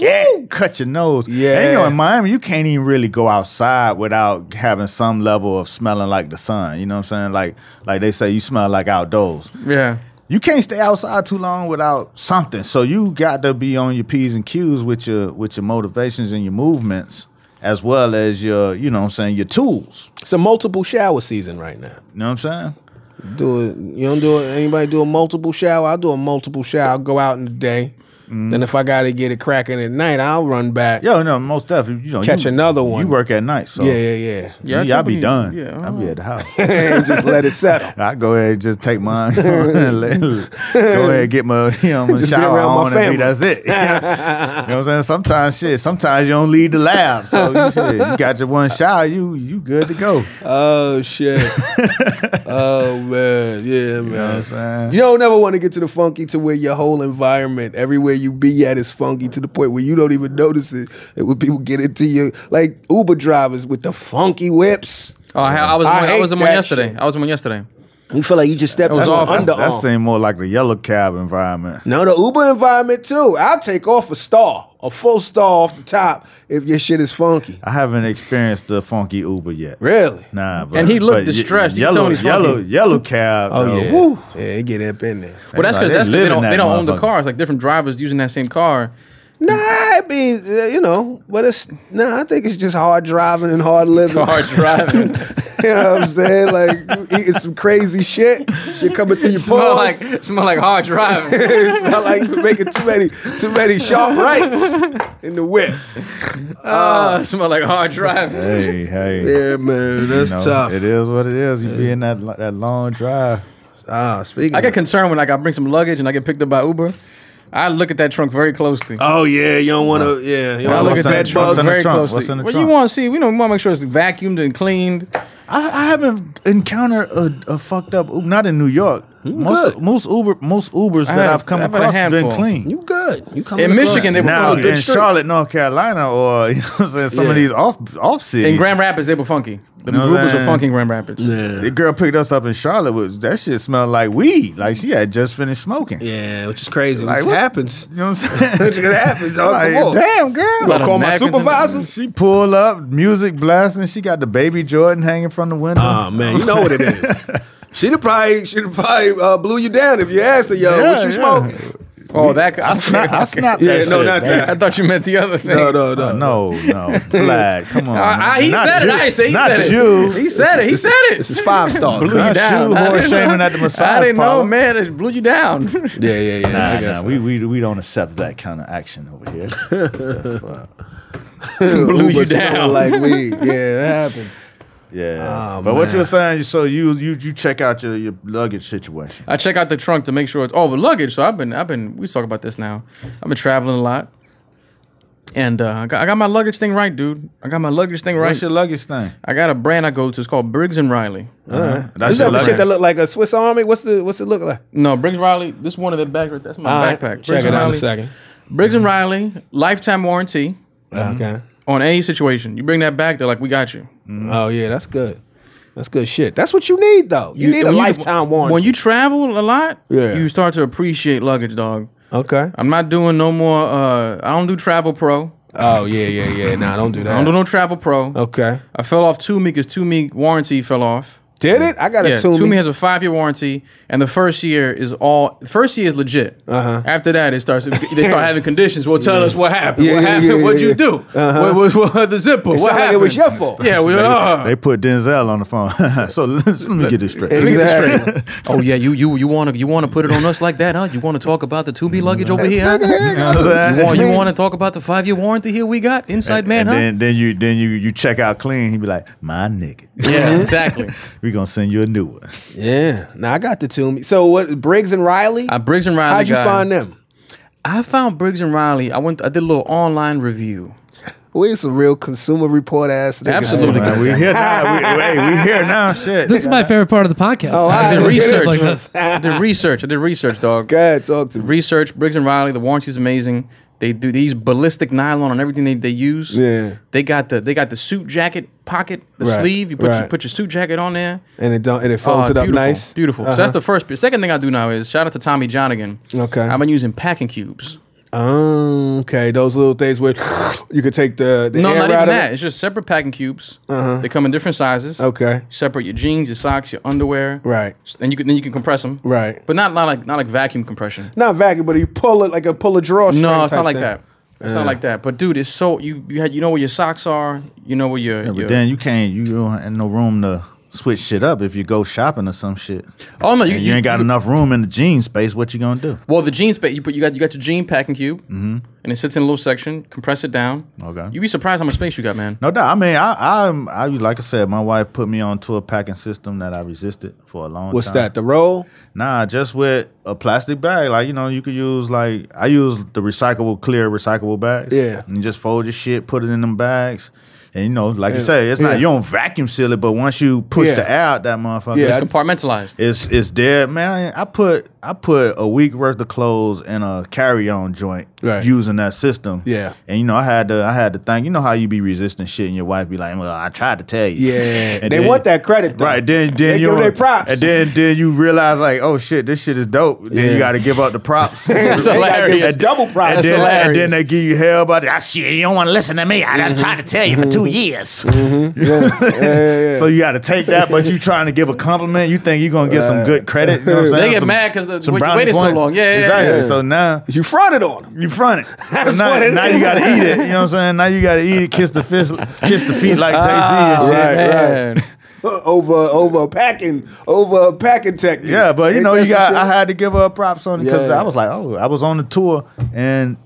yeah, cut your nose. Yeah. and you know in Miami, you can't even really go outside without having some level of smelling like the sun. You know what I'm saying? Like like they say, you smell like outdoors. yeah. you can't stay outside too long without something. So you got to be on your p's and q's with your with your motivations and your movements, as well as your you know what I'm saying your tools. it's a multiple shower season right now. You know what I'm saying? Do it. You don't do it. Anybody do a multiple shower? I'll do a multiple shower. I'll go out in the day. Then if I gotta get it cracking at night, I'll run back. Yo, no, most definitely. You know, Catch you- another one. You work at night, so Yeah, yeah, yeah. <laughs> Yeah, I you, I'll be typically- done. yeah, I'll be uh-huh. at the house. and just let it settle. I go ahead and just <laughs> take mine. <laughs> go ahead and get my you know my Just be shower around my on and family. be, that's it. <laughs> You know, what I'm saying? Sometimes shit. Sometimes you don't leave the lab, so you, shit, you got your one shower. You you good to go. Oh <laughs> shit. oh man. Yeah, You know what I'm man. saying? You don't ever want to get to the funky to where your whole environment, everywhere you be at, is funky to the point where you don't even notice it. And when people get into you, like Uber drivers with the funky whips, Oh, I, I was I I, I hate was in one that yesterday. shit. I was in one yesterday. you feel like you just stepped It was into awful. an That's- That underarm. seemed more like the yellow cab environment. No, the Uber environment too. I'll take off a star, a full star off the top if your shit is funky. I haven't experienced the funky Uber yet. Really? Nah, but, And he looked but ye- distressed. You can tell Yellow, when he's yellow, funky. yellow cab. Oh though. yeah. Woo. Yeah, it get up in there. Well, that's Like, because they that's 'cause live they in don't that they don't own the motherfucker. cars. Like different drivers using that same car, Nah, I mean, uh, you know, but it's nah. I think it's just hard driving and <laughs> hard living. <laughs> Hard driving. <laughs> you know what I'm saying? Like eating some crazy shit. Shit coming through your smell pores. <laughs> like <laughs> smell like hard driving. it's not like you're making too many too many sharp rights in the whip. Uh, smell like hard driving. Hey, hey. Yeah, man, You that's know, tough. It is what it is. You be in that lo- that long drive. Ah, speaking. I get of- concerned when like, I bring some luggage and I get picked up by Uber. I look at that trunk very closely. oh yeah, you don't want to. Yeah, you I don't look want at in that bed the trunk? trunk bugs. Uh, What's in the very trunk? closely. What's in the Well, you trunk? want to see? We know we want to make sure it's vacuumed and cleaned. I, I haven't encountered a, a fucked up Uber. Not in New York. Most, Hmm, good. most Uber most Ubers I that had- I've come I've had a across have been handful. clean. You good? You coming In across- Michigan, they were Now from a good in street. Charlotte, North Carolina, or <laughs> you know what I'm saying, some of Yeah. these off off cities. In Grand Rapids, they were funky. The Know what I'm Ubers were saying? funky in Grand Rapids. the girl picked us up in Charlotte. Was that shit smelled like weed? Like she had just finished smoking. Yeah, which is crazy. Like, It what- happens. You know what I'm It saying? happens, <laughs> dog. <laughs> Like, Come on. damn girl. You gonna call my Americans in the- supervisor? She pull up, music blasting. She got the baby Jordan hanging from the window. Oh man, you know what it <laughs> is. She'd have probably she'd have probably uh, blew you down if you asked her, yo, what you Yeah, yeah. smoking? Oh, that I, I snapped, I snapped <laughs> Yeah, that no, shit. not man. that. I thought you meant the other thing. No, no, no. Uh, No, no, Vlad, <laughs> come on. I, I- Uh, he Not said you. it. I didn't say he Not said you. it. He said it. He said it. This is five star. Blew you Nah, down. down. you I horse didn't shaming know. at the massage I didn't know, parlor. man. It blew you down. <laughs> Yeah, yeah, yeah. Nah, I nah, guess. we, we, we don't accept that kind of action <laughs> over here. The fuck? blew you Uber down. smell like weed. <laughs> Yeah, that happens. yeah. Oh, but what man. you're saying, so you you you check out your, your luggage situation. I check out the trunk to make sure it's oh the luggage. So I've been I've been we talk about this now. I've been traveling a lot, and uh, I, got, I got my luggage thing right, dude. I got my luggage thing right. What's your luggage thing? I got a brand I go to. It's called Briggs and Riley. That's Is that the luggage. shit that look like a Swiss Army? What's the what's it look like? No, Briggs Riley. This one in the back. right- That's my backpack. Briggs and Riley. Briggs and Riley lifetime warranty Okay. on any situation. You bring that back, they're like, we got you. Oh yeah, that's good. That's good shit. That's what you need though. You, need a when lifetime warranty. When you travel a lot, Yeah. you start to appreciate luggage, dog. okay. I'm not doing no more. Uh, I don't do Travel Pro. Oh yeah, yeah, yeah. Nah, don't do that. I don't do no Travel Pro. okay. I fell off two because two meek warranty fell off. Did it? I got Yeah, a two Toomey has a five year warranty, and the first year is all. First year is legit. Uh-huh. After that, it starts. They start having conditions. Well, tell us what happened. Yeah, what yeah, happened? yeah, What'd yeah. Uh-huh. you do? What, what, what, the zipper? It what sound like happened? it was your fault. Yeah, we uh, They put Denzel on the phone. <laughs> so let, let me get this straight. Let me get this Exactly. straight. Oh yeah, you you you want to you want to put it on us like that, huh? You want to talk about the two Mm-hmm. B luggage over here? huh? You know what You I'm saying? want, you want to talk about the five year warranty here we got inside man, and huh? then, then you then you you check out clean. He be like, my nigga, Mm-hmm. yeah, exactly. we gonna send you a <laughs> new one. Yeah. Nah, I got the two So what Briggs and Riley? Uh, Briggs and Riley. How'd you guy. find them? I found Briggs and Riley. I went. I did a little online review. We some real consumer report ass niggas. Absolutely. Man, we here now. We, hey, we here now. Shit. This is my favorite part of the podcast. Oh, I did Alright, Shit research. Like this. I did research. I did research, dog. Go ahead, talk to me. Research. Briggs and Riley. The warranty's amazing. They do these ballistic nylon on everything they, they use. Yeah. They got the they got the suit jacket pocket, the Right, sleeve. You put your, right. put your suit jacket on there. And it don't and it folds Oh, it up beautiful, nice. Uh-huh. Beautiful. So that's the first. The second thing I do now is shout out to Tommy Johnigan. Okay. I've been using packing cubes. Oh, okay. Those little things where you could take the, the No, air not out even of that. it. It's just separate packing cubes. Uh-huh. They come in different sizes. Okay. Separate your jeans, your socks, your underwear. Right. And you can then you can compress them. Right. But not, not like not like vacuum compression. Not vacuum, but you pull it like a pull a drawstring. No, it's type not like thing. that. It's not like that. But dude, it's so you you, had, you know where your socks are. You know where your, But your then you can't. You don't have no room to switch shit up if you go shopping or some shit. oh no, you, And you ain't got enough room in the jean space. What you gonna do? Well, the jeans space you put you got you got your jean packing cube, and it sits in a little section. Compress it down. Mm-hmm. Okay. You'd be surprised how much space you got, man. No doubt. I mean, I, I'm. I like I said, my wife put me onto a packing system that I resisted for a long What's time. that? The roll? Nah, just with a plastic bag. Like, you know, you could use like I use the recyclable clear recyclable bags. Yeah. And you just fold your shit, put it in them bags. And you know, like you say, it's not you don't vacuum seal it, but once you push Yeah. the air out that motherfucker, Yeah, It's I- compartmentalized. it's it's dead, man. I put I put a week worth of clothes in a carry on joint Right. using that system. Yeah. and you know I had to I had to think. You know how you be resisting shit, and your wife be like, "Well, I tried to tell you." Yeah. <laughs> And they then- want that credit though. Right then, then They you give their props. and then then you realize like, oh shit, this shit is dope. Then Yeah. you got to give up the <laughs> props. That's They gotta give hilarious. a double price. And That's then, and hilarious. Mm-hmm. then they give you hell about it. I shit, you don't want to listen to me. I done tried to tell you for two years. <laughs> So you got to take that, but you trying to give a compliment. You think you're gonna get some good credit? You know what I'm They saying? get Some- mad because the, Some wait, you brownie waited so points. long. Yeah, yeah, exactly. yeah. So now You fronted on him. you <laughs> front it. That's now, what it now is. you gotta eat it. You know what I'm saying? Now you gotta eat it. Kiss the fist, kiss the feet like Jay Ah, Z and shit. right. <laughs> Man. <laughs> over over a packing over a packing technique. Yeah, but you Ain't know, that you some got. shit? I had to give her props on it because Yeah. I was like, oh, I was on the tour and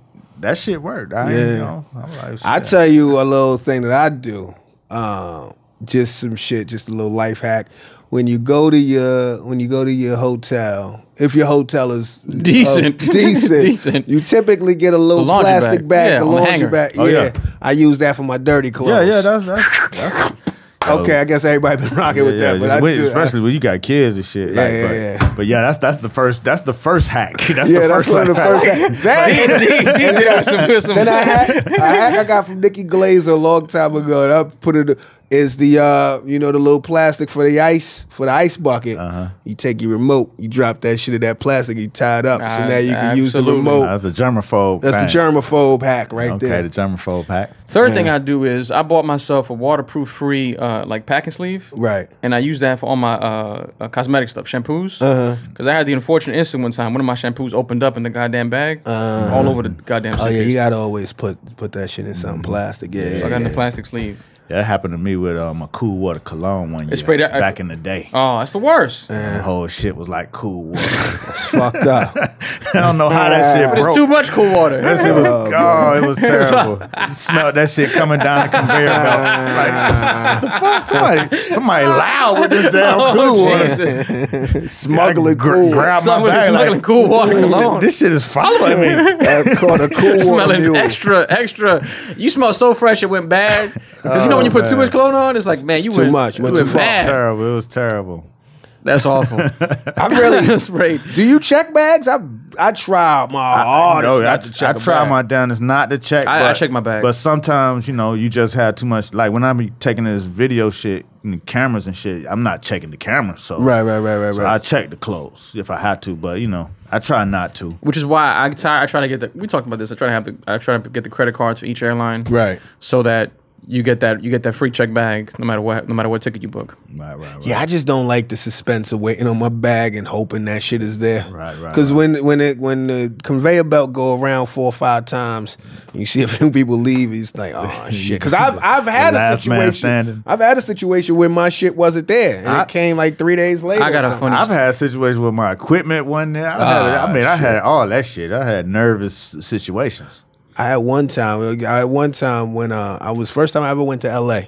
that shit worked. I, yeah. Yeah. you know, I was like, I shit. tell you a little thing that I do. Um, just some shit, just a little life hack. When you go to your when you go to your hotel, if your hotel is Decent. uh, <laughs> decent, Decent. you typically get a little laundry bag. plastic bag, Yeah, a on the laundry hanger. bag. Oh, yeah. yeah. I use that for my dirty clothes. yeah, yeah, that's <laughs> that's. that's okay. I guess everybody been rocking yeah, with that, yeah, but just I when- do, especially when you got kids and shit. like, yeah, but, yeah. but yeah, that's that's the first that's the first hack. <laughs> <laughs> That's yeah, the that's first one of the hack. first. <laughs> That, Deep it up some piss. Then I had a hack I got from Nikki Glazer a long time ago. And I put it is the uh, you know the little plastic for the ice for the ice bucket. Uh-huh. You take your remote, you drop that shit in that plastic, you tie it up, so Ah, now you can use the absolutely. remote. That's the germaphobe. That's pack. the germaphobe hack right Okay, there. the germaphobe hack. <laughs> Third thing I do is I bought myself a waterproof free uh, like packing sleeve. Right. And I use that for all my uh, uh, cosmetic stuff, shampoos. Because I had the unfortunate incident one time. One of my shampoos opened up in the goddamn bag, all over the goddamn. Oh yeah, suitcase. you gotta always put put that shit in Mm-hmm. something plastic. Yeah, So I got in yeah. the plastic sleeve. Yeah, that happened to me with um, a cool water cologne one year sprayed out- back in the day. Oh, that's the worst. the whole shit was like cool <laughs> water. <laughs> fucked up. I don't know how that shit broke. It's too much cool water. That <laughs> shit was oh, <laughs> it was terrible. You smelled that shit coming down the conveyor belt. Like, the fuck? Somebody, somebody loud with this damn <laughs> cool Oh, water. Jesus. Smuggling Gr- cool. Grab my Someone is bag. smuggling like, cool water "This- cologne. This shit is following me. I caught a cool <laughs> water Smelling mule. extra, extra. You smell so fresh it went bad. Because you know when you put too much cologne on, it's like, man, you too went, much. You Went went too far. bad. terrible. It was terrible. That's awful. <laughs> I <laughs> really. sprayed. Do you check bags? I I tried my No, hardest I, Oh, not to check I a try bag. my damnedest not to check. I- I but, check my bag. But sometimes, you know, you just have too much. Like when I be taking this video shit and the cameras and shit, I'm not checking the camera. So Right, right, right, right, So right. I check the clothes if I had to, but you know, I try not to. Which is why I try, I try to get the. We talked about this. I try to have the. I try to get the credit cards for each airline. Right. So that you get that you get that free check bag no matter what no matter what ticket you book. Right, right, right. Yeah, I just don't like the suspense of waiting on my bag and hoping that shit is there. Right, right, Because when when it when the conveyor belt go around four or five times, you see a few people leave. It's like, <laughs> oh shit. Because I've I've had a last man situation. standing. I've had a situation where my shit wasn't there, and I- it came like three days later. I got a funny. I've had situations with my equipment one day. I've had- I mean, I had all that shit. I had nervous situations. I had one time. I had one time when uh, I was first time I ever went to LA.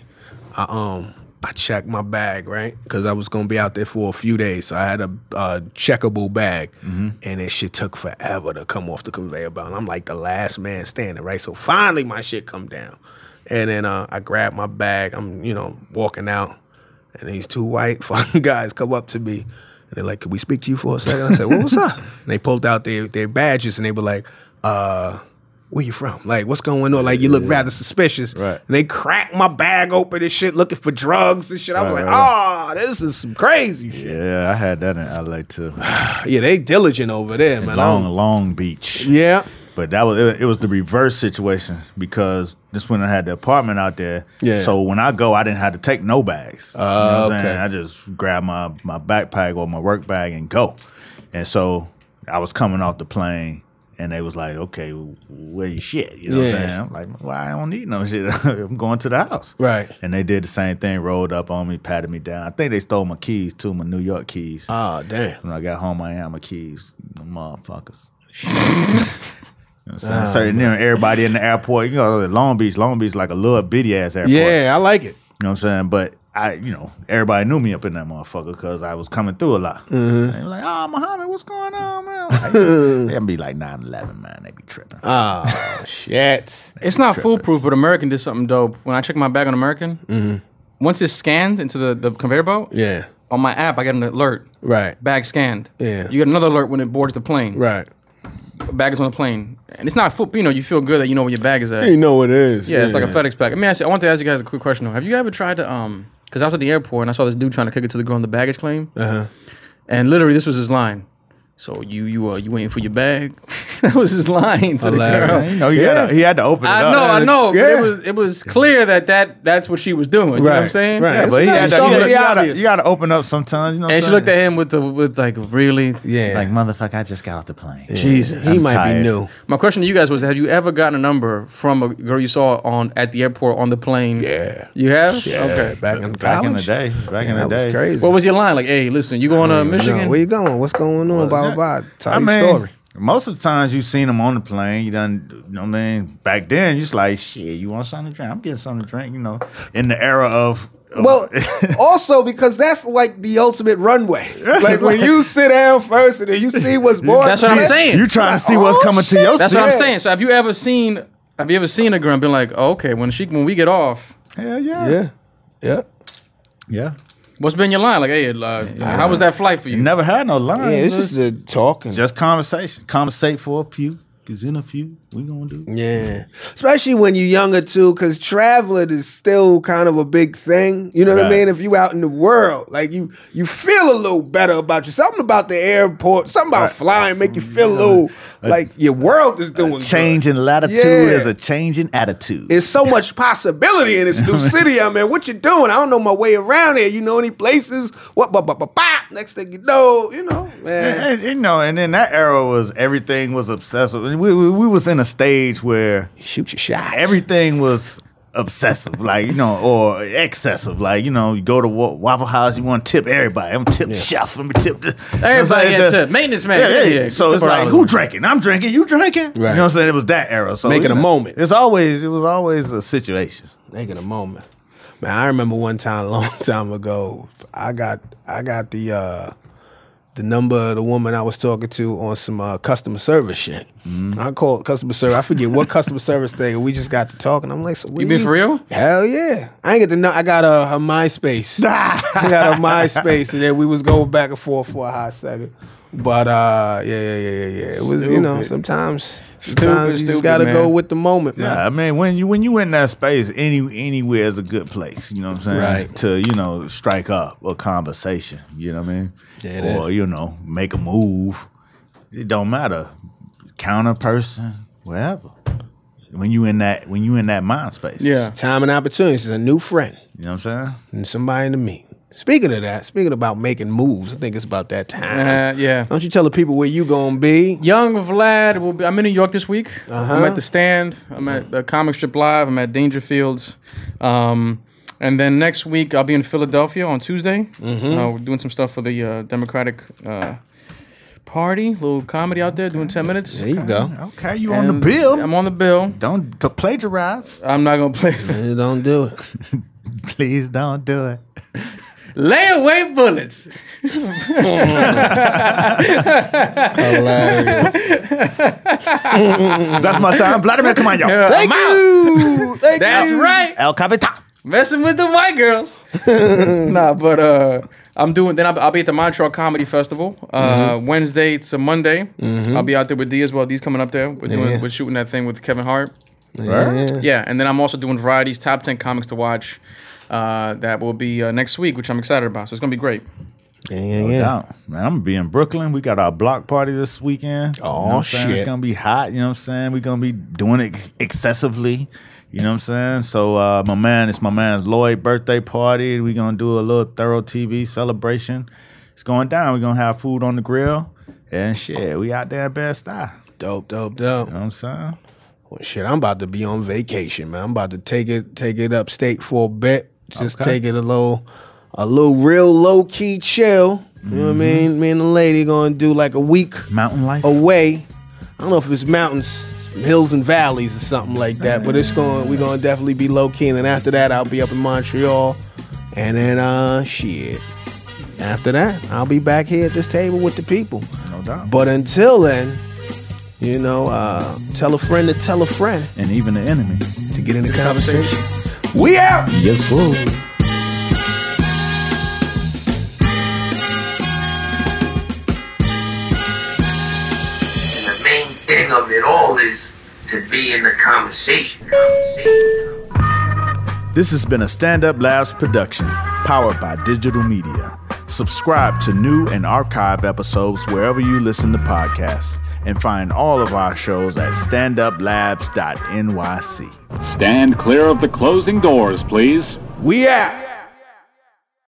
I um I checked my bag right because I was gonna be out there for a few days, so I had a uh, checkable bag, and that shit took forever to come off the conveyor belt. And I'm like the last man standing, right? So finally my shit come down, and then uh, I grabbed my bag. I'm you know walking out, and these two white <laughs> fucking guys come up to me. And they're like, "Can we speak to you for a second? I said, "What was up?" And they pulled out their, their badges and they were like, "Uh, where you from? Like, what's going on? Like, you look rather suspicious. Right. And they cracked my bag open and shit, looking for drugs and shit. I was Right, like, right, ah, this is some crazy shit. Yeah, I had that in LA too. Yeah, they diligent over there, man. I Long, don't- Long Beach. Yeah. But that was it, it was the reverse situation because this when I had the apartment out there. Yeah. So when I go, I didn't have to take no bags. Ah, what I'm saying? okay. I just grab my my backpack or my work bag and go. And so I was coming off the plane. And they was like, okay, where your shit? You know what Yeah. I'm saying? I'm like, well, I don't need no shit. <laughs> I'm going to the house. Right. And they did the same thing, rolled up on me, patted me down. I think they stole my keys too, my New York keys. Oh, damn. When I got home, I had my keys, <laughs> the motherfuckers. you know what I'm saying? so and then everybody in the airport, you know, Long Beach, Long Beach like a little bitty ass airport. Yeah, I like it. You know what I'm saying? But I, you know, everybody knew me up in that motherfucker because I was coming through a lot. Mm-hmm. They were like, oh, Muhammad, what's going on, man? Like, <laughs> They'd be like 9 11, man. They be tripping. Oh, <laughs> shit. It's not foolproof, but American did something dope. When I checked my bag on American, once it's scanned into the, the conveyor belt, Yeah. on my app, I get an alert. Right. Bag scanned. Yeah. You get another alert when it boards the plane. Right. Bag is on the plane. And it's not fool, you know, you feel good that you know where your bag is at. You know what it is. Yeah, it's like a FedEx bag. I mean, I, I want to ask you guys a quick question. though. Have you ever tried to um? Because I Uh-huh. was at the airport and I saw this dude trying to kick it to the girl on the baggage claim, and literally this was his line. So you you uh you waiting for your bag? <laughs> that was his line to the girl. You know, he, had to, he had to open it I up. know, I know. but Yeah. It was it was clear that, that that's what she was doing. You know what I'm Right, saying? right. Yeah, but he It's had to, not- you, it's gotta, obvious. you gotta open up sometimes. You know what And she I'm looked at saying? him with the with like really Yeah. like motherfucker. I just got off the plane. Jesus. he might tired. be new. My question to you guys was: Have you ever gotten a number from a girl you saw on at the airport on the plane? Yeah. You have? Yeah, Okay. Back in, Back in the college? day, back in Yeah, the that was day, crazy. What was your line? Like, hey, listen, you going to Michigan? No, where you going? What's going on? Blah blah blah. Tell I your mean, <laughs> story. most of the times you seen him on the plane, you done, you know what I mean? Back then, you just like, shit, you want something to drink? I'm getting something to drink, you know, in the era of. of- <laughs> Well, also because that's like the ultimate <laughs> runway. Like when you sit down first and then you see what's born. <laughs> That's what I'm shit, saying. you trying to see what's Oh, coming shit. to your That's seat. what I'm Yeah. saying. So have you ever seen have you ever seen a girl and been like, oh, okay, when she when we get off, Hell yeah. Yeah, yeah, Yeah. what's been your line? Like, hey, uh, how was that flight for you? You never had no line. yeah. It's just a talking. just conversation. Conversate for a few, because in a few, we going to do. Yeah, especially when you're younger too, because traveling is still kind of a big thing. You know what I Right. mean? If you out in the world, like you, you feel a little better about you. Something about the airport, something about flying, make you feel a little like your world is doing Mm-hmm. Change in good. latitude Yeah. is a change in attitude. There's so much possibility in this <laughs> new city. I mean, what you doing? I don't know my way around here. You know any places? What? Ba, ba, ba, ba. Next thing you know, you know, man. And, and, you know, and then that era was everything was obsessive. And we, we we was in a stage where Shoot your shot. everything was obsessive, like you know, or excessive, like you know, you go to Wa- Waffle House, you want to tip everybody. I'm tip chef. Let me tip this. Everybody It's get tipped. Maintenance man, Yeah, yeah, yeah, yeah. So tip it's all like of who them. drinking? I'm drinking. You drinking? You know Right. what I'm saying? It was that era. So Make it you a know, moment. It's always it was always a situation. Making a moment. Man, I remember one time, <laughs> a long time ago, I got I got the uh the number of the woman I was talking to on some uh, customer service shit. Mm-hmm. I called customer service. I forget <laughs> what customer service thing. We just got to talking. I'm like, so what You been for real? Hell yeah! I ain't get the number. I got uh, her <laughs> MySpace. I got her MySpace, and then we was going back and forth for a hot second. But uh, yeah, yeah, yeah, yeah, yeah. It was you know Stupid. sometimes Stupid, sometimes you stupid, just gotta go man. with the moment, man. Yeah, I mean when you when you in that space, any anywhere is a good place. You know what I'm saying? Right. To you know strike up a conversation. You know what I mean? it or you know make a move. It don't matter. Counter person, whatever. When you in that when you in that mind space. Yeah. Time and opportunities. A new friend. You know what I'm saying? and somebody to meet. Speaking of that, speaking about making moves, I think it's about that time. Uh, yeah. Don't you tell the people where you gonna be? Young Vlad will be. I'm in New York this week. Uh-huh. I'm at the stand. I'm at the Comic Strip Live. I'm at Dangerfields. Um, and then next week I'll be in Philadelphia on Tuesday. Mm-hmm. Uh, we're doing some stuff for the uh, Democratic uh, Party. Little comedy out there, doing 10 minutes. There you go. Okay, you on the And bill. I'm on the bill. don't <laughs> to plagiarize. I'm not gonna play. Eh, Don't do it. Please don't do it. Lay away bullets. <laughs> Hilarious. That's my time. Vladimir, come on, y'all. Thank I'm out. you. Thank That's you. right. El Capitan. messing with the white girls. nah, but uh, I'm doing. Then I'll, I'll be at the Montreal Comedy Festival uh, Wednesday to Monday. I'll be out there with D as well. D's coming up there. We're doing. Yeah. We're shooting that thing with Kevin Hart. Yeah. Yeah, and then I'm also doing Variety's top ten comics to watch. Uh, that will be uh, next week, which I'm excited about. So it's gonna be great. Yeah, yeah, No yeah. doubt. Man, I'm gonna be in Brooklyn. We got our block party this weekend. You know Aw, what I'm saying? It's Oh, shit. gonna be hot. You know what I'm saying? We're gonna be doing it excessively. You know what I'm saying? So uh, my man, it's my man's Lloyd birthday party. We're gonna do a little thorough TV celebration. It's going down. We're gonna have food on the grill. And shit, we out there at Best Eye. Dope, dope, dope. You know what I'm saying? Well, shit, I'm about to be on vacation, man. I'm about to take it, take it upstate for a bit. Just Okay. take it a little, a little real low key chill. You Mm-hmm. know what I mean? Me and the lady gonna do like a week. Mountain life. Oh. away. I don't know if it's mountains, hills and valleys or something like that, but it's going we're gonna definitely be low key and then after that I'll be up in Montreal. And then uh shit. After that, I'll be back here at this table with the people. No doubt. But until then, you know, uh tell a friend to tell a friend and even the enemy. to get in the conversation. We out! Yes, sir. And the main thing of it all is to be in the conversation. Conversation. This has been a Stand Up Labs production, powered by Digital Media. Subscribe to new and archive episodes wherever you listen to podcasts, and find all of our shows at standuplabs.nyc. Stand clear of the closing doors, please. We out.